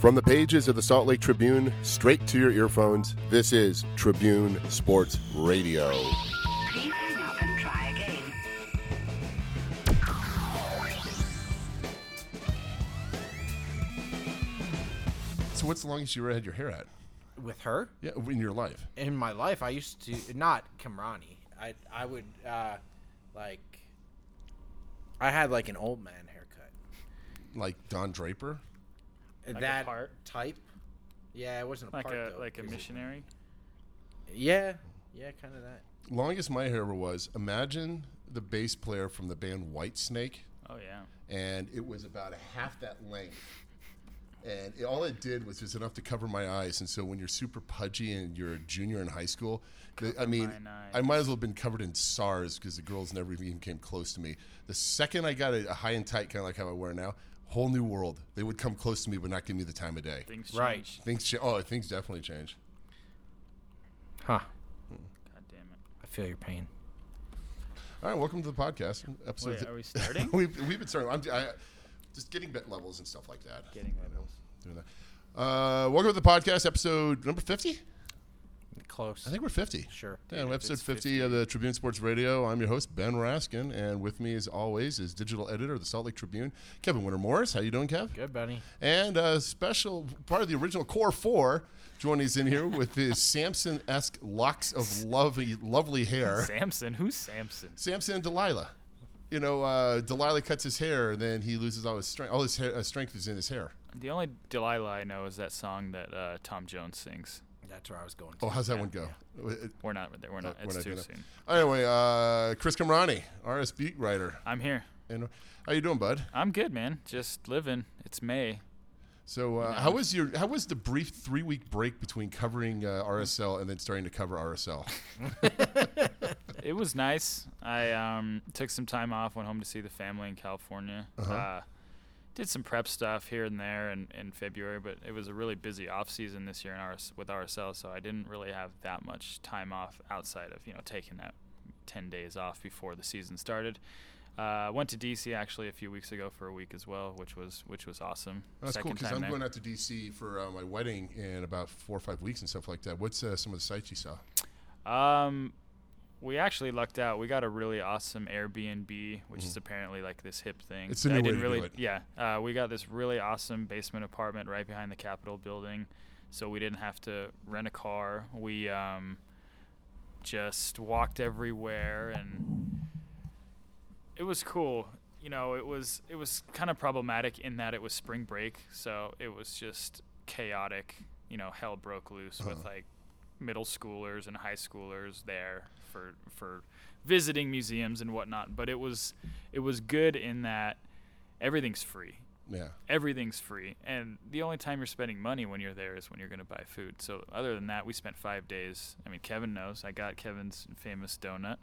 From the pages of the Salt Lake Tribune straight to your earphones, this is Tribune Sports Radio. Please hang up and try again. So, what's the longest you ever had your hair at? with her Yeah, in your life. in my life. I used to not Kamrani. I I would uh, like I had like an old man haircut. Like Don Draper? Like a that part? type. Yeah, it wasn't a like part a though, like a 'cause it- missionary. Yeah, yeah, kind of that. Longest my hair ever was imagine the bass player from the band Whitesnake, Oh yeah. and it was about a half that length. And it, all it did was just enough to cover my eyes. And so when you're super pudgy and you're a junior in high school, the, I mean, mine eyes. I might as well have been covered in SARS because the girls never even came close to me. The second I got a, a high and tight, kind of like how I wear now, whole new world. They would come close to me, but not give me the time of day. Things Right. change. Things, cha- oh, things definitely change. Huh? God damn it. I feel your pain. All right, welcome to the podcast. Episode. Wait, are we starting? we've, we've been starting. I'm I, just getting bit levels and stuff like that. Getting levels. Doing that. Uh, welcome to the podcast, episode number fifty. Close. I think we're fifty. Sure. Yeah, episode it's 50, of the Tribune Sports Radio. I'm your host Ben Raskin, and with me, as always, is digital editor of the Salt Lake Tribune, Kevin Winter Morris. How you doing, Kev? Good, buddy. And a special part of the original core four joining us in here with his Samson-esque locks of lovely, lovely Er. hair. Samson. Who's Samson? Samson and Delilah. You know, uh, Delilah cuts his hair, and then he loses all his strength. All his hair, uh, strength is in his hair. The only Delilah I know is that song that uh, Tom Jones sings. That's where I was going. To. Oh, how's that one go? Uh, We're not. We're not. we're It's not too doing that. soon. Anyway, uh, Chris Camrani, RS beat writer. I'm here. And how you doing, bud? I'm good, man. Just living. It's May. So, uh, how was your how was the brief three week break between covering uh, RSL and then starting to cover RSL? It was nice. I um, took some time off, went home to see the family in California. uh Uh-huh. did some prep stuff here and there in, in February, but it was a really busy off season this year in RS, with RSL, so I didn't really have that much time off outside of you know taking that ten days off before the season started. Uh, went to DC actually a few weeks ago for a week as well, which was which was awesome. That's cool Second because time eh? I'm there. going out to DC for uh, my wedding in about four or five weeks and stuff like that. What's uh, some of the sites you saw? Um, we actually lucked out. We got a really awesome Airbnb, which is apparently like this hip thing. It's the I new way didn't to do really, it. yeah. Uh, we got this really awesome basement apartment right behind the Capitol building, so we didn't have to rent a car. We um, just walked everywhere, and it was cool. You know, it was it was kind of problematic in that it was spring break, so it was just chaotic. You know, hell broke loose with like middle schoolers and high schoolers there for for visiting museums and whatnot. But it was it was good in that everything's free. Yeah. Everything's free, and the only time you're spending money when you're there is when you're going to buy food. So other than that, we spent five days. I mean, Kevin knows. I got Kevin's famous donut.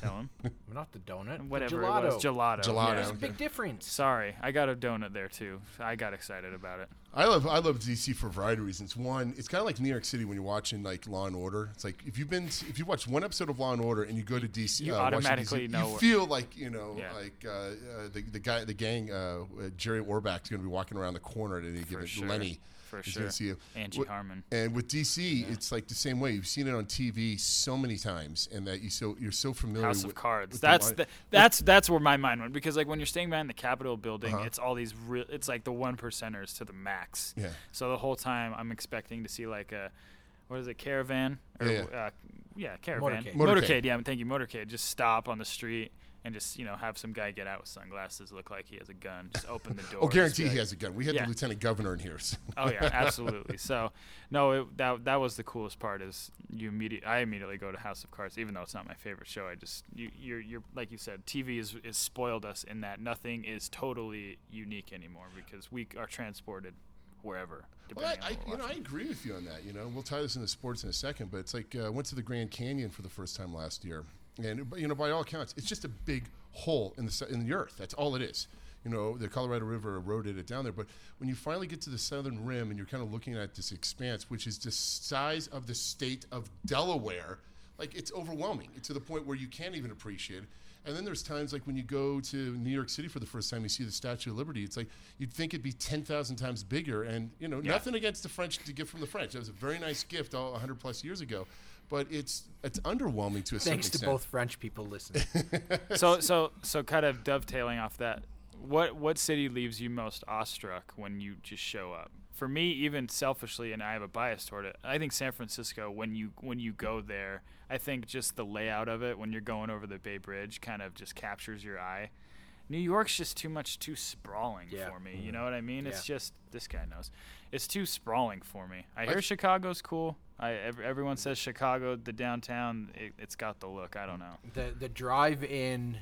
Tell him Not the donut. the whatever gelato. it was, gelato. Gelato. yeah. There's a big difference. Sorry, I got a donut there too. I got excited about it. I love I love DC for a variety of reasons. One, it's kind of like New York City when you're watching like Law and Order. It's like if you've been if you watch one episode of Law and Order and you go to DC, You uh, Washington, automatically DC, know you where- feel like you know Yeah. like uh, uh, the, the guy the gang uh, uh, Jerry Orbach's going to be walking around the corner at any given sure. Lenny. For is gonna sure. see you. Angie What- Harmon. And with DC, it's like the same way. You've seen it on TV so many times, and that you so you're so familiar. House with, of Cards. with That's line- the, that's that's where my mind went because like when you're staying behind the Capitol building, Uh-huh. it's all these real. It's like the one percenters to the max. Yeah. So the whole time I'm expecting to see like a what is it caravan or Yeah, Uh, yeah caravan Motorcade. Motorcade. Yeah, thank you motorcade. Just stop on the street and just you know have some guy get out with sunglasses, look like he has a gun, just open the door. Oh, just be guarantee like, he has a gun. We had Yeah. the lieutenant governor in here. so- Oh yeah, absolutely. So, no, it, that that was the coolest part is you immediate. I immediately go to House of Cards, even though it's not my favorite show. I just you you're, you're like you said, TV is is spoiled us in that nothing is totally unique anymore because we are transported wherever. Well, I, depending on I, what we're you know, I watching. agree with you on that. You know, we'll tie this into sports in a second, but it's like uh, I went to the Grand Canyon for the first time last year, and but, you know, by all accounts, it's just a big hole in the s- in the earth. That's all it is. You know, the Colorado River eroded it down there, but when you finally get to the southern rim and you're kind of looking at this expanse, which is the size of the state of Delaware, like it's overwhelming to the point where you can't even appreciate it. And then there's times like when you go to New York City for the first time, you see the Statue of Liberty. It's like you'd think it'd be 10,000 times bigger. And, you know, nothing against the French to gift from the French. That was a very nice gift all 100 plus years ago. But it's it's underwhelming to a certain Thanks to extent. both French people listening. so so so kind of dovetailing off that what what city leaves you most awestruck when you just show up for me even selfishly and i have a bias toward it i think san francisco when you when you go there i think just the layout of it when you're going over the bay bridge kind of just captures your eye new york's just too much too sprawling Yeah. Mm-hmm. for me you know what i mean it's Yeah. just this guy knows it's too sprawling for me i hear chicago's cool I, ev- everyone says chicago the downtown it, it's got the look i Mm. don't know the the drive in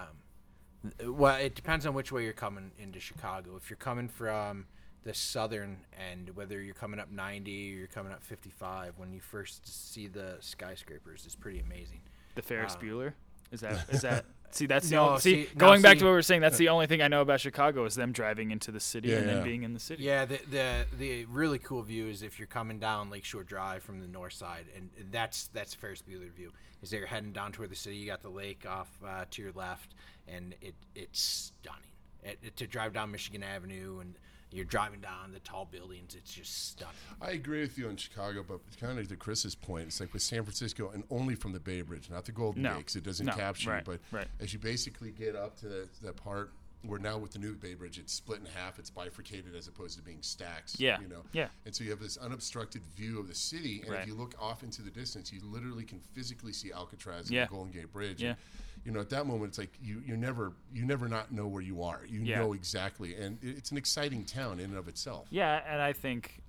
um, th- well it depends on which way you're coming into chicago if you're coming from the southern end whether you're coming up 90 or you're coming up 55 when you first see the skyscrapers is pretty amazing The Ferris Uh. Bueller? Is that is that see that's the No, only, see, see- no, going back see- to what we were saying, that's the only thing I know about Chicago is them driving into the city Yeah, and yeah. then being in the city. yeah the, the the really cool view is if you're coming down lakeshore drive from the north side and that's that's ferris bueller view is that you're heading down toward the city you got the lake off uh, to your left and it it's stunning it, it- to drive down michigan avenue and you're driving down the tall buildings it's just stunning I agree with you on Chicago, but kind of to Chris's point, it's like with San Francisco and only from the Bay Bridge, not the Golden No. Gate, 'cause it doesn't No, capture right, it. But right. as you basically get up to that, that part where now with the new Bay Bridge, it's split in half, it's bifurcated as opposed to being stacked. Yeah, You know? yeah. And so you have this unobstructed view of the city. And Right. if you look off into the distance, you literally can physically see Alcatraz and Yeah. the Golden Gate Bridge. Yeah. And, you know, at that moment, it's like you, you never you never not know where you are. You Yeah. know exactly. And it- it's an exciting town in and of itself. Yeah, and I think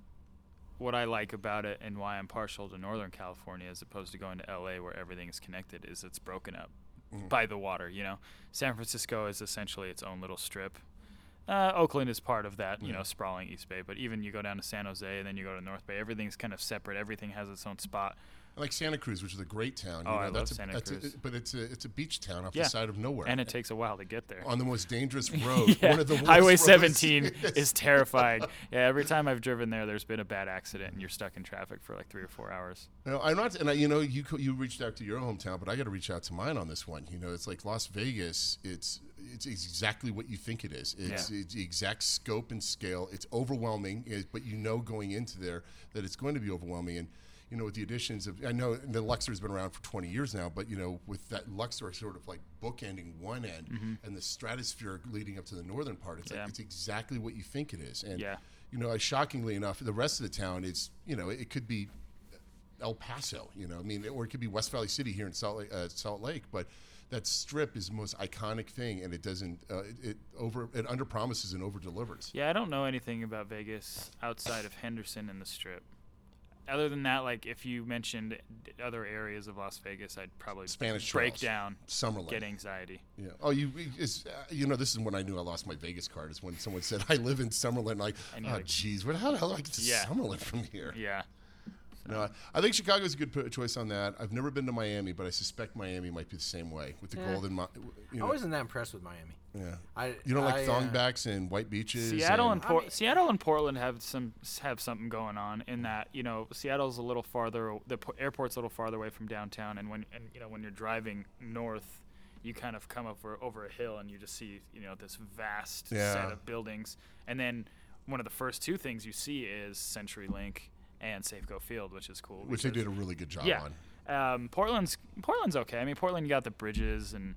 what I like about it and why I'm partial to Northern California as opposed to going to LA where everything is connected is it's broken up Mm. by the water, you know. San Francisco is essentially its own little strip. Uh, Oakland is part of that, you know, sprawling East Bay, but even you go down to San Jose and then you go to North Bay, everything's kind of separate. Everything has its own spot. like Santa Cruz, which is a great town. Oh, you know, I love that's a, Santa that's a- Cruz. but it's a it's a beach town off Yeah. the side of nowhere, And it takes a while to get there. on the most dangerous road. Yeah, One of the worst Highway roads. 17 is terrifying. Yeah, every time I've driven there, there's been a bad accident, and you're stuck in traffic for like three or four hours. No, I'm not, and I, you know, you co- you reached out to your hometown, but I got to reach out to mine on this one. You know, it's like Las Vegas. It's it's exactly what you think it is. It's, Yeah. it's the exact scope and scale. It's overwhelming, is, but you know going into there that it's going to be overwhelming. And you know, with the additions of, I know the Luxor's been around for 20 years now, but you know, with that Luxor sort of like bookending one end and the stratosphere leading up to the northern part, it's Mm-hmm. Yeah. like it's exactly what you think it is. And Yeah. you know, shockingly enough, the rest of the town is, you know, it could be El Paso, you know, I mean, or it could be West Valley City here in Salt Lake, uh, Salt Lake but that strip is the most iconic thing, and it doesn't uh, it, it over it under promises and over delivers. Yeah, I don't know anything about Vegas outside of Henderson and the Strip. Other than that, like if you mentioned d- other areas of Las Vegas, I'd probably Spanish break Trails, down, Summerlin. get anxiety. Yeah. Oh, you is uh, you know this is when I knew I lost my Vegas card is when someone said I live in Summerlin. Like, And you're oh, like- geez, what how the hell do I get to Yeah. Summerlin from here? Yeah, No, I think Chicago's a good p- choice on that. I've never been to Miami, but I suspect Miami might be the same way with the golden. Mi- you know, i wasn't that impressed with miami yeah. I, You don't like I, uh, thongbacks and white beaches. Seattle and and Por- mean- Seattle and Portland have some have something going on in that you know Seattle's a little farther the po- airport's a little farther away from downtown and when and you know when you're driving north you kind of come over over a hill and you just see you know this vast Yeah. set of buildings and then one of the first two things you see is CenturyLink and Safeco Field which is cool which they because- did a really good job yeah. on. Um, Portland's Portland's okay. I mean, Portland you got the bridges and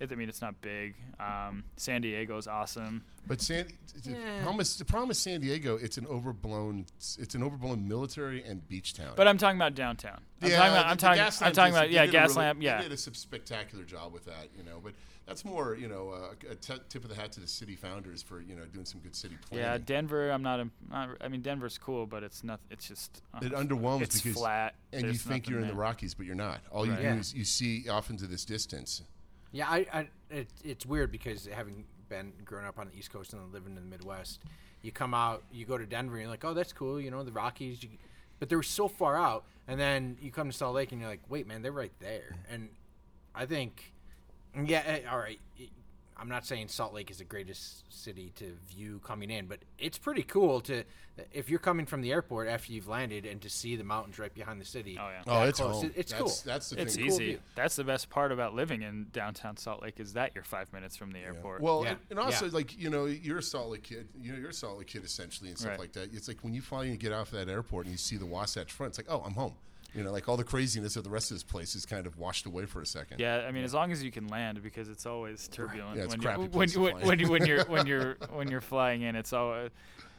it, I mean it's not big. Um, San Diego's awesome. But San, the, problem is, the problem is San Diego. It's an overblown. It's an overblown military and beach town. But I'm talking about downtown. I'm Yeah, talking about, the- I'm the talking, gas I'm lamp talking is- about they yeah, did a gas really- lamp. Yeah, they did a sp- spectacular job with that, you know. But that's more, you know, uh, a t- tip of the hat to the city founders for you know doing some good city planning. yeah. Denver, I'm not, im- not. I mean, Denver's cool, but it's not. It's just. uh, it underwhelms It's because flat. and you There's think nothing you're in the there. Rockies, but you're not. All you Right. do Yeah. is you see off into this distance. Yeah, I, I it, it's weird because having been grown up on the East Coast and then living in the Midwest, you come out, you go to Denver, and you're like, oh, that's cool, you know, the Rockies. You, but they're so far out, and then you come to Salt Lake, and you're like, wait, man, they're right there. And I think, yeah, eh, all right, it- I'm not saying Salt Lake is the greatest city to view coming in, but it's pretty cool to if you're coming from the airport after you've landed and to see the mountains right behind the city. Oh, yeah. Oh, that it's close. home. It- it's that's, cool. That's the It's thing. easy. view. That's the best part about living in downtown Salt Lake is that you're five minutes from the airport. Well, Yeah. and, and also Yeah. like you know, you're a solid kid. You know, you're a solid kid essentially, and stuff Right. like that. It's like when you finally get off that airport and you see the Wasatch Front. It's like, oh, I'm home. You know, like all the craziness of the rest of this place is kind of washed away for a second. yeah, I mean, as long as you can land, because it's always turbulent Yeah, it's when, crappy you, when, place you- to when, fly in. when, you, when you're when you're when you're flying in. It's always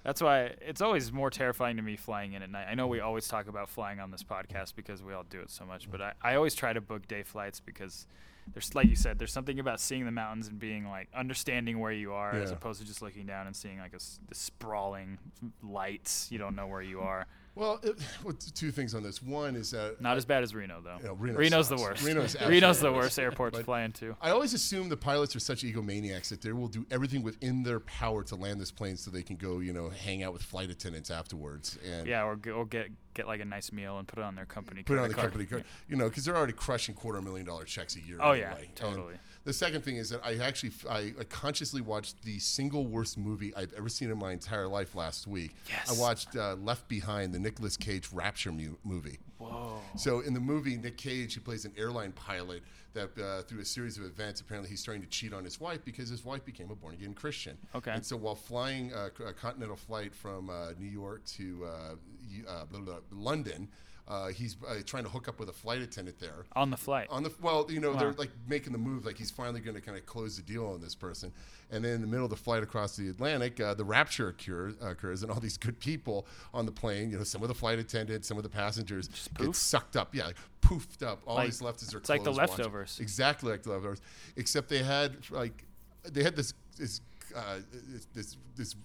that's why it's always more terrifying to me flying in at night. I know we always talk about flying on this podcast because we all do it so much, but I, I always try to book day flights because there's like you said, there's something about seeing the mountains and being like understanding where you are as Yeah. opposed to just looking down and seeing like a s the sprawling lights. You don't know where you are. Well, it, well, t- two things on this. One is that Not as bad as Reno though. Yeah, Reno Reno's the sucks. worst. Reno's Reno's, absolutely the the worst. worst airport to But- fly into. I always assume the pilots are such egomaniacs that they will do everything within their power to land this plane so they can go, you know, hang out with flight attendants afterwards. And Yeah, or, g- or get get like a nice meal and put it on their company. put it credit on the card. company card, you know, because they're already crushing quarter million dollar checks a year. Oh, anyway. yeah, And totally. the second thing is that I actually I, I consciously watched the single worst movie I've ever seen in my entire life last week. I Yes. watched uh, Left Behind, the Nicolas Cage Rapture mu- movie. Whoa! So in the movie, Nick Cage he plays an airline pilot that uh, through a series of events, apparently he's starting to cheat on his wife because his wife became a born again Christian. Okay. And so while flying uh, c- a continental flight from uh, New York to uh, y- uh, blah, blah, blah, London, uh, he's uh, trying to hook up with a flight attendant there. on the flight. On the well, you know, they're like making the move, like he's finally going to kind of close the deal on this person. And then in the middle of the flight across the Atlantic, uh, the rapture occur, occurs, and all these good people on the plane, you know, some of the flight attendants, some of the passengers, get poof? sucked up. Yeah, like, poofed up. All Like- these left is their it's like the clothes watching. leftovers. Exactly like the leftovers, except they had like they had this this. Uh, this- this this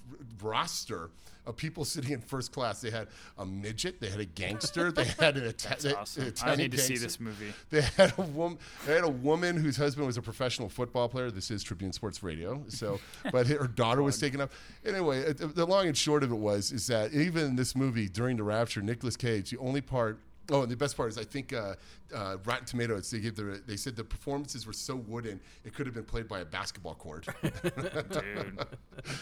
roster of people sitting in first class. They had a midget. They had a gangster. They had an, Ita- an awesome. I Italian need to see gangster. this movie. They had a woman. They had a woman whose husband was a professional football player. This is Tribune Sports Radio. So, but her daughter was taken up. Anyway, uh, the long and short of it was is that even in this movie during the rapture, Nicolas Cage, the only part. Oh, and the best part is I think uh, uh, Rotten Tomatoes. They gave the, they said the performances were so wooden it could have been played by a basketball court. Dude,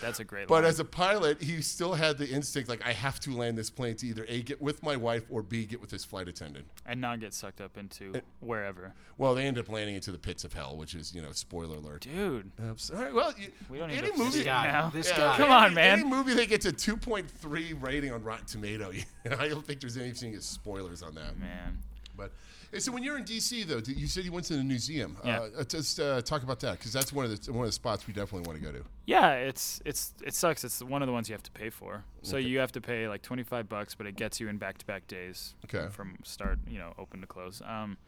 that's a great. But line. as a pilot, he still had the instinct like I have to land this plane to either a get with my wife or b get with this flight attendant. and not get sucked up into wherever. Well, they end up landing into the pits of hell, which is you know spoiler alert. Dude, Oops. All right. Well, you, we don't need any to movie. this Yeah. guy now. This Uh, Yeah, guy. Come on, any- man. Any movie that gets a 2.3 rating on Rotten Tomato, I don't think there's anything as spoilers on that. man. But hey, so when you're in DC, though, you said you went to the museum. Yeah. Uh, just uh, talk about that because that's one of the one of the spots we definitely want to go to. Yeah, it's it's it sucks. It's one of the ones you have to pay for. So you have to pay like twenty five bucks, but it gets you in back to back days. Okay. From start, you know, open to close. Um,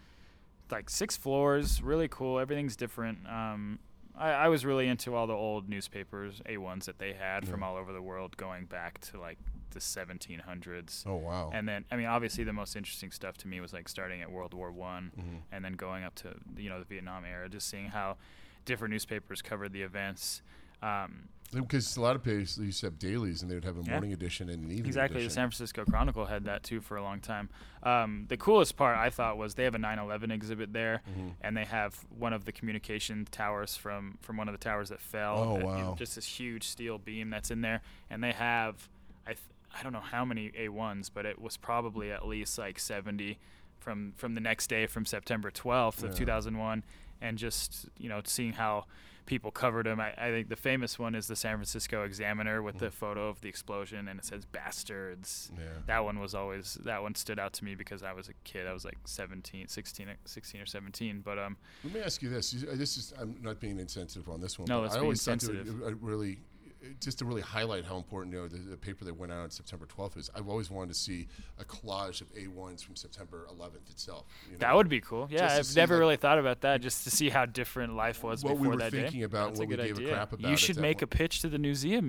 like six floors, really cool. Everything's different. Um, I, I was really into all the old newspapers, A ones that they had from all over the world, going back to like the seventeen hundreds. Oh, wow. And then, I mean, obviously, the most interesting stuff to me was like starting at World War One, Mm-hmm. and then going up to you know the Vietnam era, just seeing how different newspapers covered the events. Um, Because a lot of places they used to have dailies, and they would have a morning edition and an evening Exactly. The edition. San Francisco Chronicle had that too for a long time. Um, the coolest part I thought was they have a 9/11 exhibit there, Mm-hmm. and they have one of the communication towers from from one of the towers that fell. Oh, that, you know, wow. Just this huge steel beam that's in there, and they have I th- I don't know how many A1s, but it was probably at least like 70 from from the next day from September 12th of 2001, and just you know seeing how people covered him. I, I think the famous one is the San Francisco Examiner with the photo of the explosion and it says bastards. Yeah. That one was always that one stood out to me because I was a kid. I was like 17, 16, 16 or 17, but um Let me ask you this. You- uh, This is I'm not being insensitive on this one. No, but let's I be always thought that insensitive. it- it really uh, just to really highlight how important you know the, the paper that went out on September 12th is. I've always wanted to see a collage of A1s from September 11th itself. You know? that would be cool. Yeah, Just to I've see, never like- really thought about that just to see how different life was What we before were that thinking day. about, that's what a we good gave a idea. crap about You at should that make a point. pitch to the museum,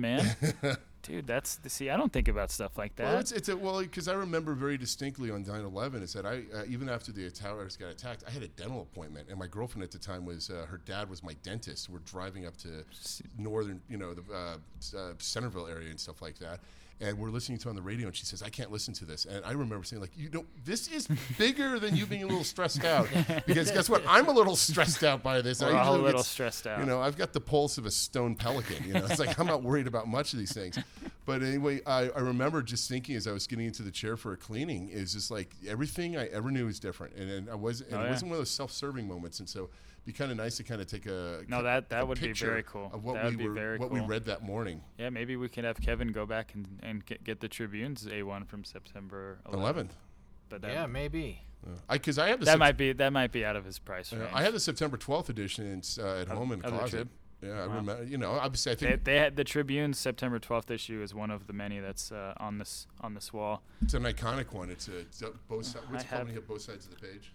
man. Dude, that's see I don't think about stuff like that. Well, it's, it's a, well because I remember very distinctly on 9/11 is that I uh, even after the towers got attacked, I had a dental appointment, and my girlfriend at the time was uh, her dad was my dentist. We're driving up to northern, you know, the uh, s- uh, Centerville area and stuff like that. and we're listening to it on the radio, and she says, "I can't listen to this." And I remember saying, "Like, you know, this is bigger than you being a little stressed out, because guess what? I'm a little stressed out by this. I We're all a usually little get- stressed out. You know, I've got the pulse of a stone pelican. You know, it's like I'm not worried about much of these things. But anyway, I, I remember just thinking as I was getting into the chair for a cleaning, is just like everything I ever knew is different, and, and I was, and Oh, it yeah. wasn't one of those self-serving moments, and so. It'd be kind of nice to kind of take a No, that- that a would be picture very cool. of what That we would be were very what we cool. read that morning Yeah, maybe we could have Kevin go back and, and get, get the Tribune's A1 from September 11th. 11th But that, Yeah, maybe. I because I have the that Sept- might be that might be out of his price range. I have the September 12th edition and it's, uh, at home in the of the closet. trip? Yeah, I remember. You know, obviously, I they, think they had the Tribune's September 12th issue is one of the many that's uh, on this on this wall. it's an iconic one. It's a it's a both. si- What's I it called have- when you have both sides of the page?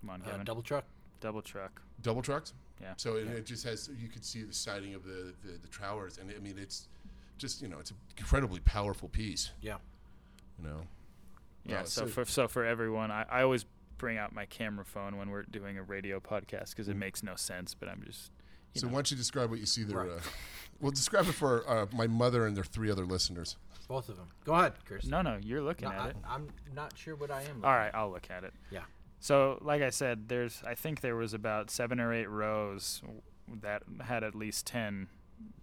Come on, Uh, Kevin. double truck. double truck. Double trucks. Yeah. So it, it just has you could see the siding of the the, the trowers, and I mean it's just you know it's an incredibly powerful piece. Yeah. You know. Yeah. Oh, so so- for so for everyone, I, I always bring out my camera phone when we're doing a radio podcast because it makes no sense. But I'm just you Mm. so know, why don't you describe what you see there? Right. Uh, well, describe it for uh, my mother and their three other listeners. Both of them. Go ahead, Chris. no no you're looking No, at I, it. I'm not sure what I am. All right, I'll look at it. Yeah. So, like I said, there's I think there was about seven or eight rows w- that had at least 10,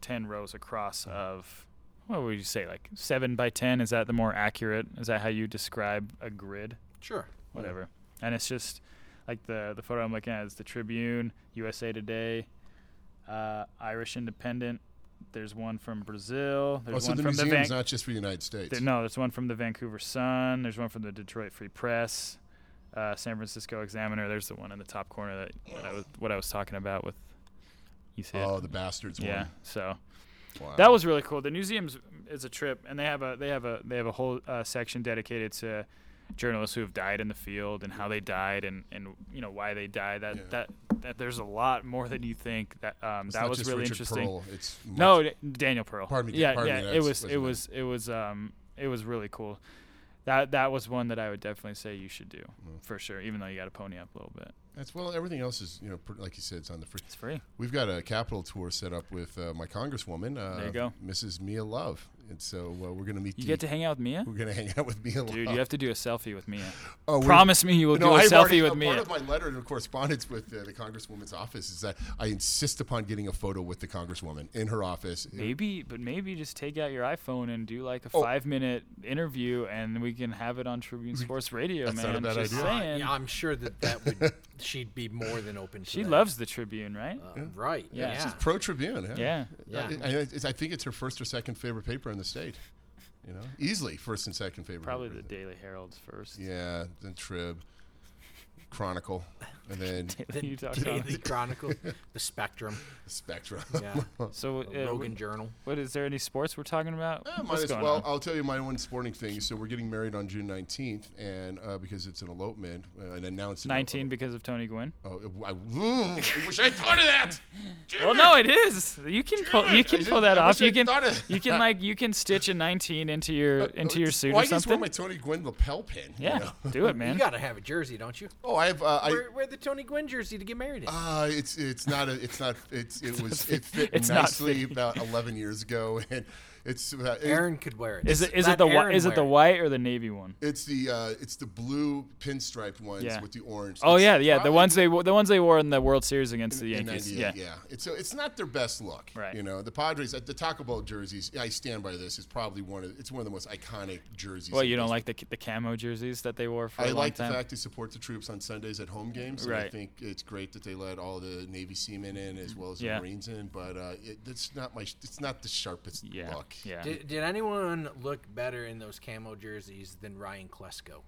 10 rows Mm. across of what would you say like seven by ten? Is that the more accurate? Is that how you describe a grid? Sure. Whatever. And it's just like the the photo I'm looking at is the Tribune, USA Today, uh, Irish Independent. There's one from Brazil. There's Oh, so one the from museum the is Van- not just for the United States. there- no, there's one from the Vancouver Sun. There's one from the Detroit Free Press, uh, San Francisco Examiner. There's the one in the top corner that, that I was what I was talking about with. You see Oh, it? the bastards yeah. one. So Wow. that was really cool. The museum's is a trip, and they have a they have a they have a whole uh, section dedicated to journalists who have died in the field and how they died and and you know why they died. That Yeah. that that there's a lot more than you think. That um, It's that not was just really Richard interesting. Pearl, It's No, much- D- Daniel Pearl. Pardon me, Yeah, pardon me, yeah. It that's- was, wasn't it it? was, it was, um, it was really cool. That that was one that I would definitely say you should do Mm. for sure. Even though you got to pony up a little bit, That's well. Everything else is, you know, pr- like you said, it's on the free. it's free. We've got a capital tour set up with uh, my congresswoman. Uh, There you go. Mrs. Mia Love, and so uh, we're gonna meet. You get to hang out with Mia, We're gonna hang out with Mia. dude. Love. You have to do a selfie with Mia. Oh, we're- Promise me you will No, do a I've selfie already- with uh, Mia. Part of my letter of correspondence with uh, the congresswoman's office is that I insist upon getting a photo with the congresswoman in her office. Maybe, but maybe just take out your iPhone and do like a Oh. five minute interview, and we can have it on Tribune Sports Radio, That's man. not a bad just idea. Uh, saying. yeah, I'm sure that that would. she'd be more than open to. she that. loves the Tribune, right? Uh, Right. Yeah. Yeah. It's just Pro Tribune. Yeah. yeah. I, Yeah. I, it's- I think it's her first or second favorite paper in the state. You know, easily first and second favorite. Probably paper. the Daily Herald's first. Yeah, then Trib, Chronicle, and then that you talked about. Daily Chronicle, the Spectrum, Spectrum. yeah, So, the uh, Logan Journal. What is there any sports we're talking about? Eh, might What's as going well. on? I'll tell you my one sporting thing. So we're getting married on June nineteenth, and uh, because it's an elopement, uh, an announced Nineteen because of Tony Gwynn. Oh, I, ooh, I wish I thought of that. Well, no, it is. You can pull. You I can didn't- pull that I wish off. You I'd can. thought of Uh, You can like. You can stitch a nineteen into your into your suit Why or you guys wear something. my Tony Gwynn lapel pin? you yeah, know? do it, You man. gotta have a jersey, don't you? Oh, I've. Uh, I, Wear, wear the Tony Gwynn jersey to get married in. Uh, it's it's not a, it's not it's it was it fit It's not nicely about eleven years ago and it's uh, it- Aaron could wear it. Is it is Let it the white Aaron is it the wear white or the navy one? it's the uh, it's the blue pinstriped ones Yeah. with the orange. Oh It's yeah, yeah. The probably- ones they wo- the ones they wore in the World Series against the in Yankees. 98, Yeah. yeah. It's so it's not their best look, Right. You know, the Padres at the Taco Bell jerseys. I stand by this. Is probably one of it's one of the most iconic jerseys. Well, of you don't baseball. like the the camo jerseys that they wore for I a long like time. the fact they support the troops on Sundays at home games. and I Right. think it's great that they let all the Navy seamen in as well as Yeah. the Marines in. But uh, it, it's not my. It's not the sharpest yeah. look. Yeah. Did, did anyone look better in those camo jerseys than Ryan Klesko?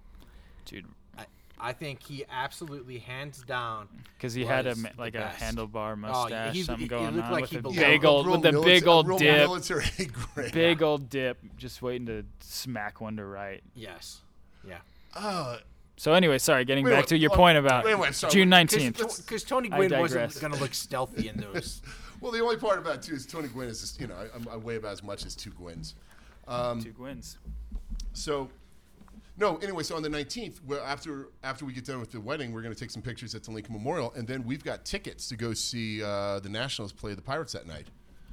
Dude, I, I think he absolutely hands down because he had a was ma- the like a best. Oh, handlebar yeah, mustache, he- something he going looked on like with he a belonged. big Yeah, old real with a military- big old real dip. Military grade. Big old dip, just waiting to smack one to right. Yes. Yeah. Uh, So anyway, sorry, getting Wait, back wait, to your oh, point about wait, wait, sorry, June wait, nineteenth. Because Tony I Gwynn digress. wasn't going to look stealthy in those. well, the only part about it too is Tony Gwynn is just, you know I, I'm- I weigh about as much as two Gwynns. Two Gwynns. So, no. Anyway, so on the nineteenth, well, after after we get done with the wedding, we're going to take some pictures at the Lincoln Memorial, and then we've got tickets to go see uh, the Nationals play the Pirates that night.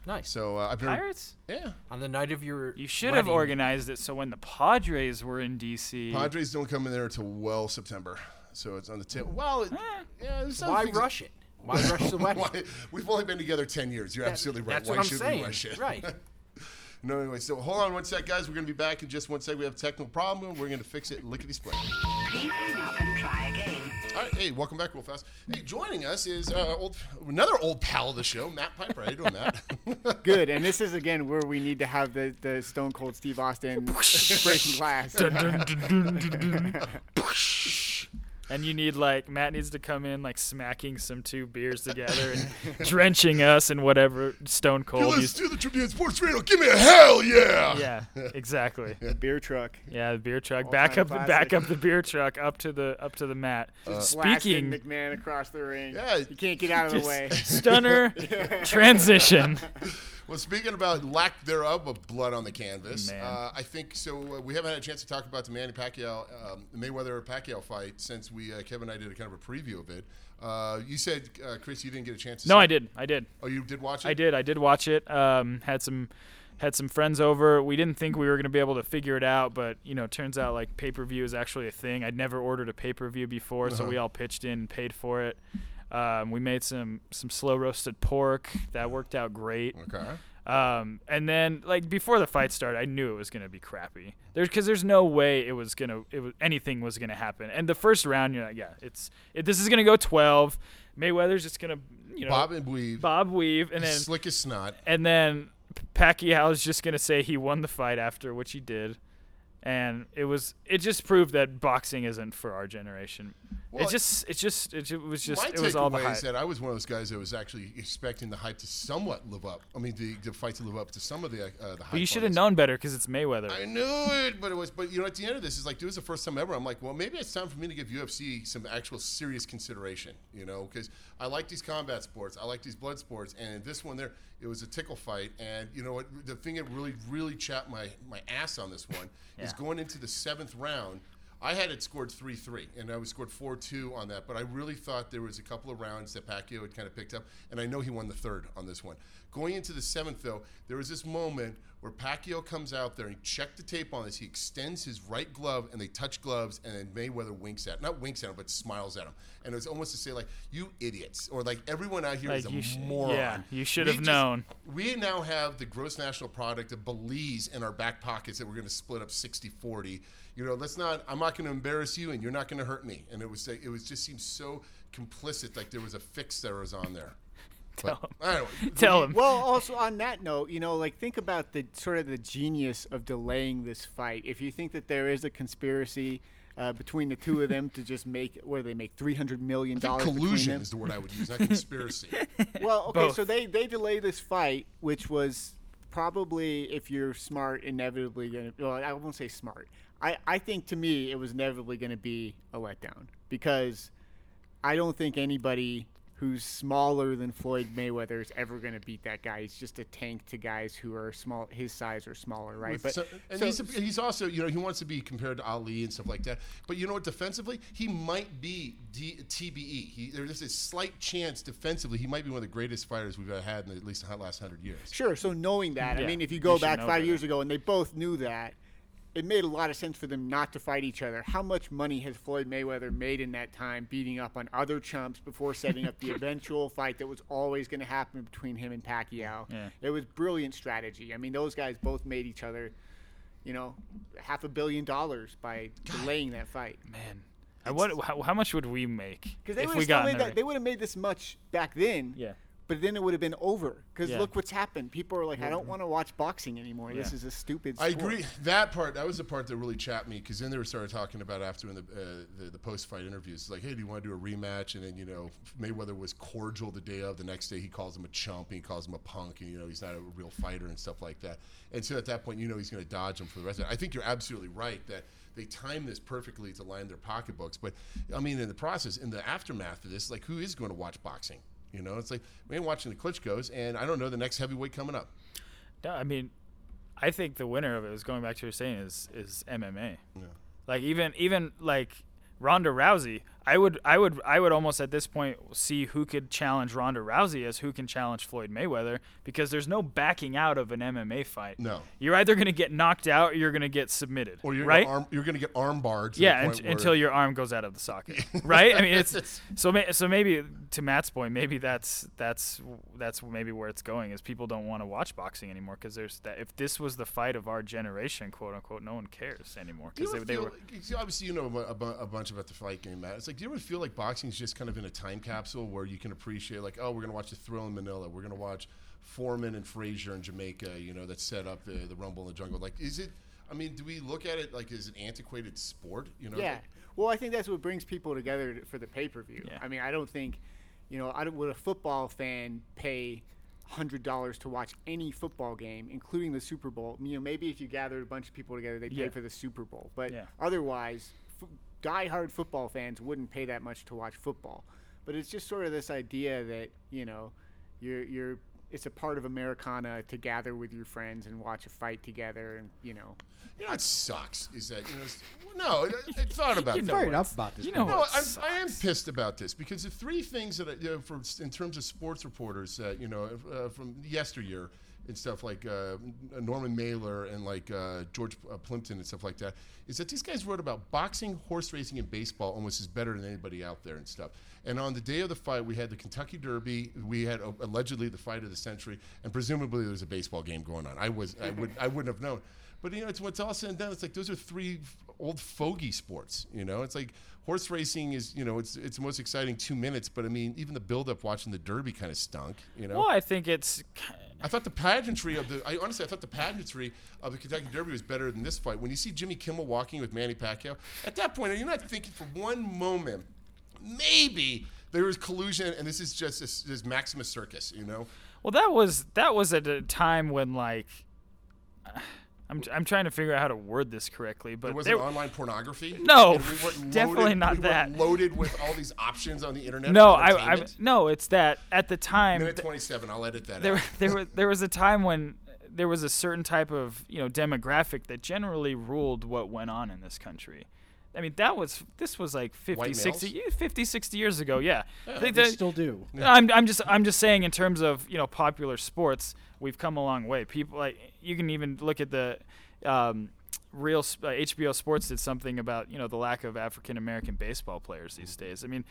Nice. So uh, I've never. Pirates? Yeah. On the night of your You should have wedding, organized it so when the Padres were in DC, Padres don't come in there till well September, so it's on the tip. Well, it, yeah, there's some Why things- rush it? Why rush the wedding? Why- we've only been together ten years. You're absolutely right. That's Why what I'm should saying. we rush it? Right. No, anyway. So hold on one sec, guys. We're gonna be back in just one sec. We have a technical problem. We're gonna fix it. Lickety split. Please hang up and try again. All right. Hey, welcome back, real fast. Hey, joining us is uh, old, another old pal of the show, Matt Piper. How you doing, Matt? Good. And this is again where we need to have the, the Stone Cold Steve Austin breaking glass. and you need like Matt needs to come in like smacking some two beers together and drenching us in whatever Stone Cold Let's used. do the Tribune Sports Radio. Give me a hell yeah! Yeah, exactly. Beer truck. Yeah, the beer truck. Back All-time up, the, back classic. up the beer truck up to the up to the mat. Blasting Speaking McMahon across the ring. Yeah. You can't get out of the way. stunner transition. Well, speaking about lack thereof of blood on the canvas, Man. uh, I think so. Uh, we haven't had a chance to talk about the Manny Pacquiao, um, Mayweather Pacquiao fight since we uh, Kevin and I did a kind of a preview of it. Uh, you said, uh, Chris, you didn't get a chance. to No, see I it. did. I did. Oh, you did watch it. I did. I did watch it. Um, had some had some friends over. We didn't think we were going to be able to figure it out, but you know, turns out like pay per view is actually a thing. I'd never ordered a pay per view before, so we all pitched in and paid for it. Um, we made some some slow roasted pork that worked out great. Okay. Um, and then like before the fight started, I knew it was gonna be crappy. There's because there's no way it was gonna it was anything was gonna happen. And the first round, you're like, yeah, it's it, this is gonna go 12. Mayweather's just gonna you know Bob and Weave, Bob Weave, and then slick as snot. and then P- Pacquiao's just gonna say he won the fight after, which he did. And it was it just proved that boxing isn't for our generation. Well, it just it just it, ju- was just My it was all the takeaway is hype. that I was one of those guys that was actually expecting the hype to somewhat live up. I mean, the, the fight to live up to some of the uh, the hype. But you on should have this. known better because it's Mayweather. I knew it, but it was. But you know, at the end of this, it's like, dude, it was the first time ever. I'm like, well, maybe it's time for me to give UFC some actual serious consideration. You know, because I like these combat sports, I like these blood sports, and this one there, it was a tickle fight. And you know what? The thing that really, really chapped my my ass on this one is going into the seventh round. I had it scored 3 3, and I was scored 4 2 on that, but I really thought there was a couple of rounds that Pacquiao had kind of picked up, and I know he won the third on this one. Going into the seventh, though, there was this moment where Pacquiao comes out there and he checked the tape on this. He extends his right glove, and they touch gloves, and then Mayweather winks at Not winks at him, but smiles at him. And it was almost to say, like, you idiots, or like, everyone out here is Like, a you sh- moron. yeah, you should We have just- known. we now have the gross national product of Belize in our back pockets that we're going to split up 60 40. You know, let's not, I'm not going to embarrass you and you're not going to hurt me. And it was, it was just seemed so complicit, like there was a fix that was on there. But, I don't know. Tell him. well, also on that note, you know, like think about the sort of the genius of delaying this fight. If you think that there is a conspiracy uh, between the two of them to just make where they make three hundred million dollars Collusion is the word I would use, not conspiracy. Well, okay, Both. so they they delayed this fight, which was probably if you're smart, inevitably gonna. Well, I won't say smart. I I think to me it was inevitably gonna be a letdown because I don't think anybody who's smaller than Floyd Mayweather is ever gonna beat that guy. He's just a tank to guys who are small, his size or smaller, right? So- and so- he's, a, he's also, you know, he wants to be compared to Ali and stuff like that. But you know what? Defensively, he might be D, TBE. He, there's a slight chance defensively he might be one of the greatest fighters we've ever had in at least the last hundred years. Sure. So knowing that, Yeah, I mean, if you you go should back know five better. years ago and they both knew that, it made a lot of sense for them not to fight each other. How much money has Floyd Mayweather made in that time beating up on other chumps before setting up the eventual fight that was always going to happen between him and Pacquiao? Yeah. It was brilliant strategy. I mean, those guys both made each other, you know, half a billion dollars by delaying that fight. Man, I, what how, how much would we make Because they if would we have still got made in the that. ring? They would have made this much back then. Yeah. But then it would have been over. Because Yeah. look what's happened. People are like, I don't want to watch boxing anymore. This Yeah. is a stupid. I sport." agree. That part, that was the part that really chapped me because then they were started talking about after in the, uh, the the post-fight interviews, like, hey, do you want to do a rematch? And then you know, Mayweather was cordial the day of. The next day, he calls him a chump, and he calls him a punk, and you know, he's not a real fighter and stuff like that. And so at that point, you know, he's going to dodge him for the rest of it. I think you're absolutely right that they timed this perfectly to line their pocketbooks. But I mean, in the process, in the aftermath of this, like, who is going to watch boxing? You know, it's like we ain't watching the Klitschko's, and I don't know the next heavyweight coming up. No, I mean, I think the winner of it was going back to what you're saying is is MMA. Like even even like Ronda Rousey, I would, I would, I would almost at this point see who could challenge Ronda Rousey as who can challenge Floyd Mayweather because there's no backing out of an MMA fight. No. you're either going to get knocked out or you're going to get submitted, Or you're right? gonna arm, you're going to get arm barred. To yeah, the unt point until where- your arm goes out of the socket, right? I mean, it's so. ma- So maybe to Matt's point, maybe that's that's that's maybe where it's going is people don't want to watch boxing anymore because there's that. If this was the fight of our generation, quote unquote, no one cares anymore Do you because they, ever they feel- were. you see, obviously you know a, bu- a bunch about the fight game, Matt. It's like, do you ever feel like boxing's just kind of in a time capsule where you can appreciate, like, oh, we're gonna watch the Thrill in Manila, we're gonna watch Foreman and Frazier in Jamaica, you know, that set up the, the Rumble in the Jungle. Like, is it? I mean, do we look at it like as an antiquated sport? You know, Yeah. Well, I think that's what brings people together t- for the pay per view. Yeah. I mean, I don't think, you know, I don't, would a football fan pay hundred dollars to watch any football game, including the Super Bowl? You know, maybe if you gathered a bunch of people together, they'd Yeah. pay for the Super Bowl. But Yeah. otherwise, f- diehard football fans wouldn't pay that much to watch football. But it's just sort of this idea that you know, you're you're. It's a part of Americana to gather with your friends and watch a fight together, and you know, You know, it sucks. Is that you know? it's- well, no, I, I thought about You that. know Fired what- up about this. You know man. No, what I'm, sucks. I am pissed about this because the three things that I, you know, for, in terms of sports reporters, uh, you know, uh, from yesteryear and stuff like uh, Norman Mailer and like uh, George uh, Plimpton and stuff like that, is that these guys wrote about boxing, horse racing, and baseball almost as better than anybody out there and stuff. And on the day of the fight, we had the Kentucky Derby, we had uh, allegedly the fight of the century, and presumably there's a baseball game going on. I was, I would, I wouldn't have known. But you know, it's what's all said and done. It's like those are three f- old fogey sports. You know, it's like horse racing is. You know, it's it's the most exciting two minutes. But I mean, even the build up watching the Derby kind of stunk. You know, Well, I think it's I thought the pageantry of the. I honestly, I thought the pageantry of the Kentucky Derby was better than this fight. When you see Jimmy Kimmel walking with Manny Pacquiao, at that point, you're not thinking for one moment, maybe there was collusion, and this is just this, this Maximus circus. You know, Well, that was that was at a time when like I'm I'm trying to figure out how to word this correctly, but There was there- not online pornography. No, and weren't definitely loaded, not we weren't that. Loaded with all these options on the internet. no, for I, I entertainment. no, it's that at the time minute th- twenty-seven. I'll edit that. out. there there was there was a time when there was a certain type of you know demographic that generally ruled what went on in this country. I mean, that was this was like 50, White 60, males? yeah, 50, 60 years ago. Yeah, They- They they- still do. I'm, I'm just I'm just saying in terms of you know popular sports, we've come a long way. People like you can even look at the um, real sp- uh, HBO Sports did something about you know the lack of African American baseball players these days. I mean,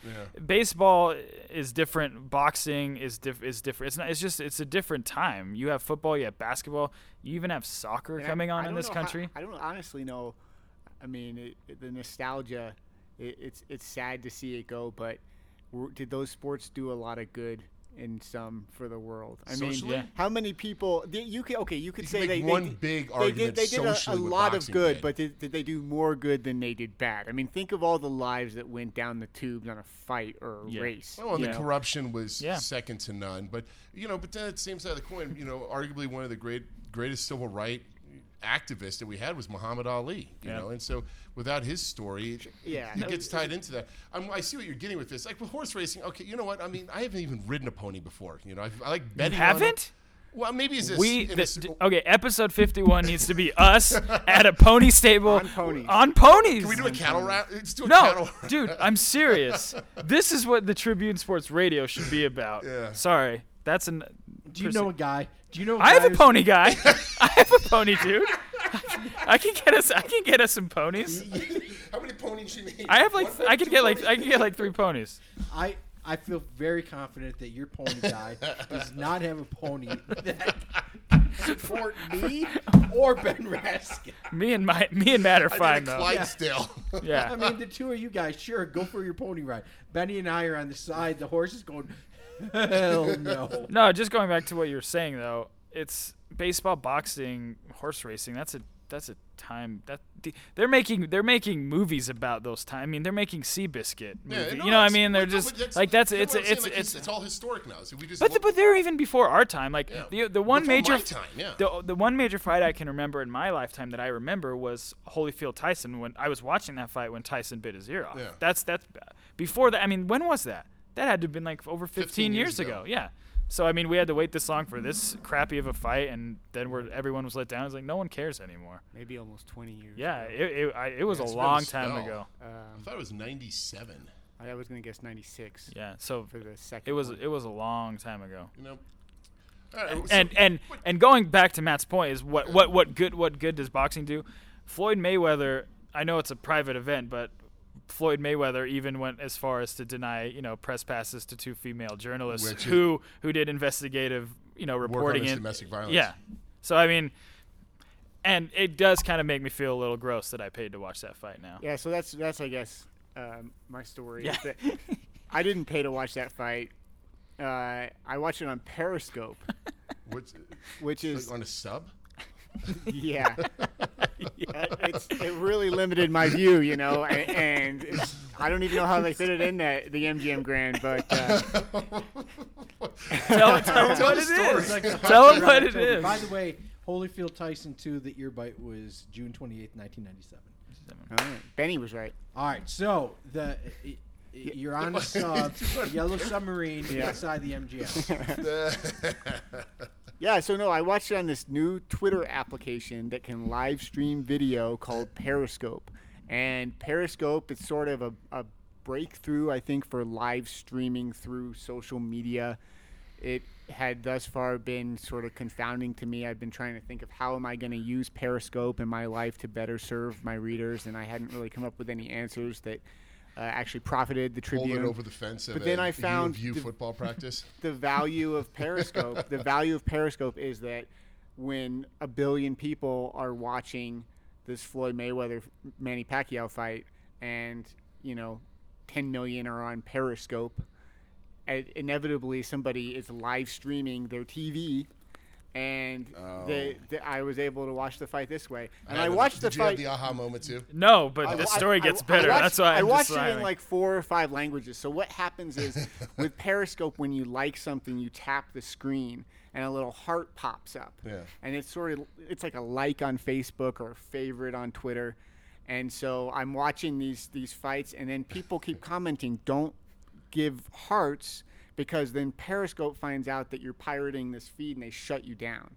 baseball is different. Boxing is diff- is different. It's not. It's just it's a different time. You have football. You have basketball. You even have soccer And I- coming on I in don't this know how- country. I don't honestly know. I mean, it, it- the nostalgia. It, it's it's sad to see it go, but w- did those sports do a lot of good in some for the world? I Socially? Yeah. mean, how many people? Did, you could okay, you could You can say make they one they, did- big they argument did, they did a- a, socially what lot of boxing good, did. but did, did they do more good than they did bad? I mean, think of all the lives that went down the tubes on a fight or a Yeah. race. Oh, and Yeah. the corruption was Yeah. second to none. But you know, but then at the same side of the coin, you know, arguably one of the great greatest civil right activists that we had was Muhammad Ali. You Yeah. know, and so without his story, it- Yeah. it gets tied into that. I'm, I see what you're getting with this. Like with horse racing, okay, you know what? I mean, I haven't even ridden a pony before. You know, I, I like betting. on it. haven't? Well, maybe it's this. We in the, a s- d- okay. Episode fifty-one needs to be us at a pony stable on ponies. On ponies. can we do a cattle round? Let's do a No, cattle. dude, I'm serious. This is what the Tribune Sports Radio should be about. Yeah. Sorry, that's an. Do you know a guy? Do you know? I have guy a who's- pony guy. I have a pony, dude. I can get us. I can get us some ponies. How many ponies do you need? I have like. One, I could two get like. ponies? I could get like three ponies. I I feel very confident that your pony guy does not have a pony that can support me or Ben Raskin. Me and my. Me and Matt are I fine need a though. Clydesdale. Yeah. I mean, the two of you guys, sure, go for your pony ride. Benny and I are on the side. The horse is going. Hell no. No, just going back to what you were saying though, it's baseball, boxing, horse racing. That's a that's a time that the- they're making they're making movies about those time. I mean, they're making Seabiscuit movie. Yeah, no, you know what I it's- mean? They're but no, just but that's- like that's you know it's what I'm saying? it's Like, it's, all historic now. So we just but, the, look- but they're even before our time. Like Yeah. the the one Before major my time, yeah. the the one major fight I can remember in my lifetime that I remember was Holyfield Tyson when I was watching that fight when Tyson bit his ear off. Yeah. That's that's before that. I mean, when was that? That had to have been like over 15, 15 years years ago. ago. Yeah. So I mean, we had to wait this long for this crappy of a fight, and then where everyone was let down. It's like no one cares anymore. Maybe almost twenty years. Yeah, it it, I, it was Yeah, a it's been a long time spell. ago. I thought it was 97. I was gonna guess ninety six Yeah. So for the second. it was one. it was a long time ago. You know. All right, so- and and and going back to Matt's point is what what what good what good does boxing do? Floyd Mayweather, I know it's a private event, but Floyd Mayweather even went as far as to deny, you know, press passes to two female journalists Which is- who who did investigative, you know, reporting his in domestic violence. Yeah. So I mean, and it does kind of make me feel a little gross that I paid to watch that fight now. Yeah, so that's that's I guess um, my story. is Yeah. that I didn't pay to watch that fight. Uh, I watched it on Periscope, What's, which is like on a sub? yeah. Uh, it's, it really limited my view, you know, a- and, it's, I don't even know how they fit it in that the MGM Grand, but uh, Tell, tell Tell them what the it story. is. tell them what it October. is. By the way, Holyfield Tyson 2, that your bite was June 28th, 1997. all right, Benny was right. All right, so the. y- y- You're on a sub, yellow submarine Yeah. inside the MGM. uh, Yeah, so no, I watched it on this new Twitter application that can live stream video called Periscope. And Periscope, it's sort of a, a breakthrough, I think, for live streaming through social media. It had thus far been sort of confounding to me. I've been trying to think of how am I going to use Periscope in my life to better serve my readers, and I hadn't really come up with any answers that uh, actually profited the Hold Tribune it over the fence. Of But then a I U of found U the- football practice. the value of Periscope. the value of Periscope is that when a billion people are watching this Floyd Mayweather Manny Pacquiao fight, and you know, 10 million are on Periscope, and inevitably somebody is live streaming their TV. And they, they- I was able to watch the fight this way, and I Did watched the you have fight. Oh. the aha moment too? No, but the I- story I- gets I better. watched- That's why I'm I watched just it in smiling. like four or five languages. So what happens is with Periscope, when you like something, you tap the screen and a little heart pops up. Yeah. And it's sort of it's like a like on Facebook or a favorite on Twitter. And so I'm watching these these fights, and then people keep commenting, "Don't give hearts," because then Periscope finds out that you're pirating this feed, and they shut you down.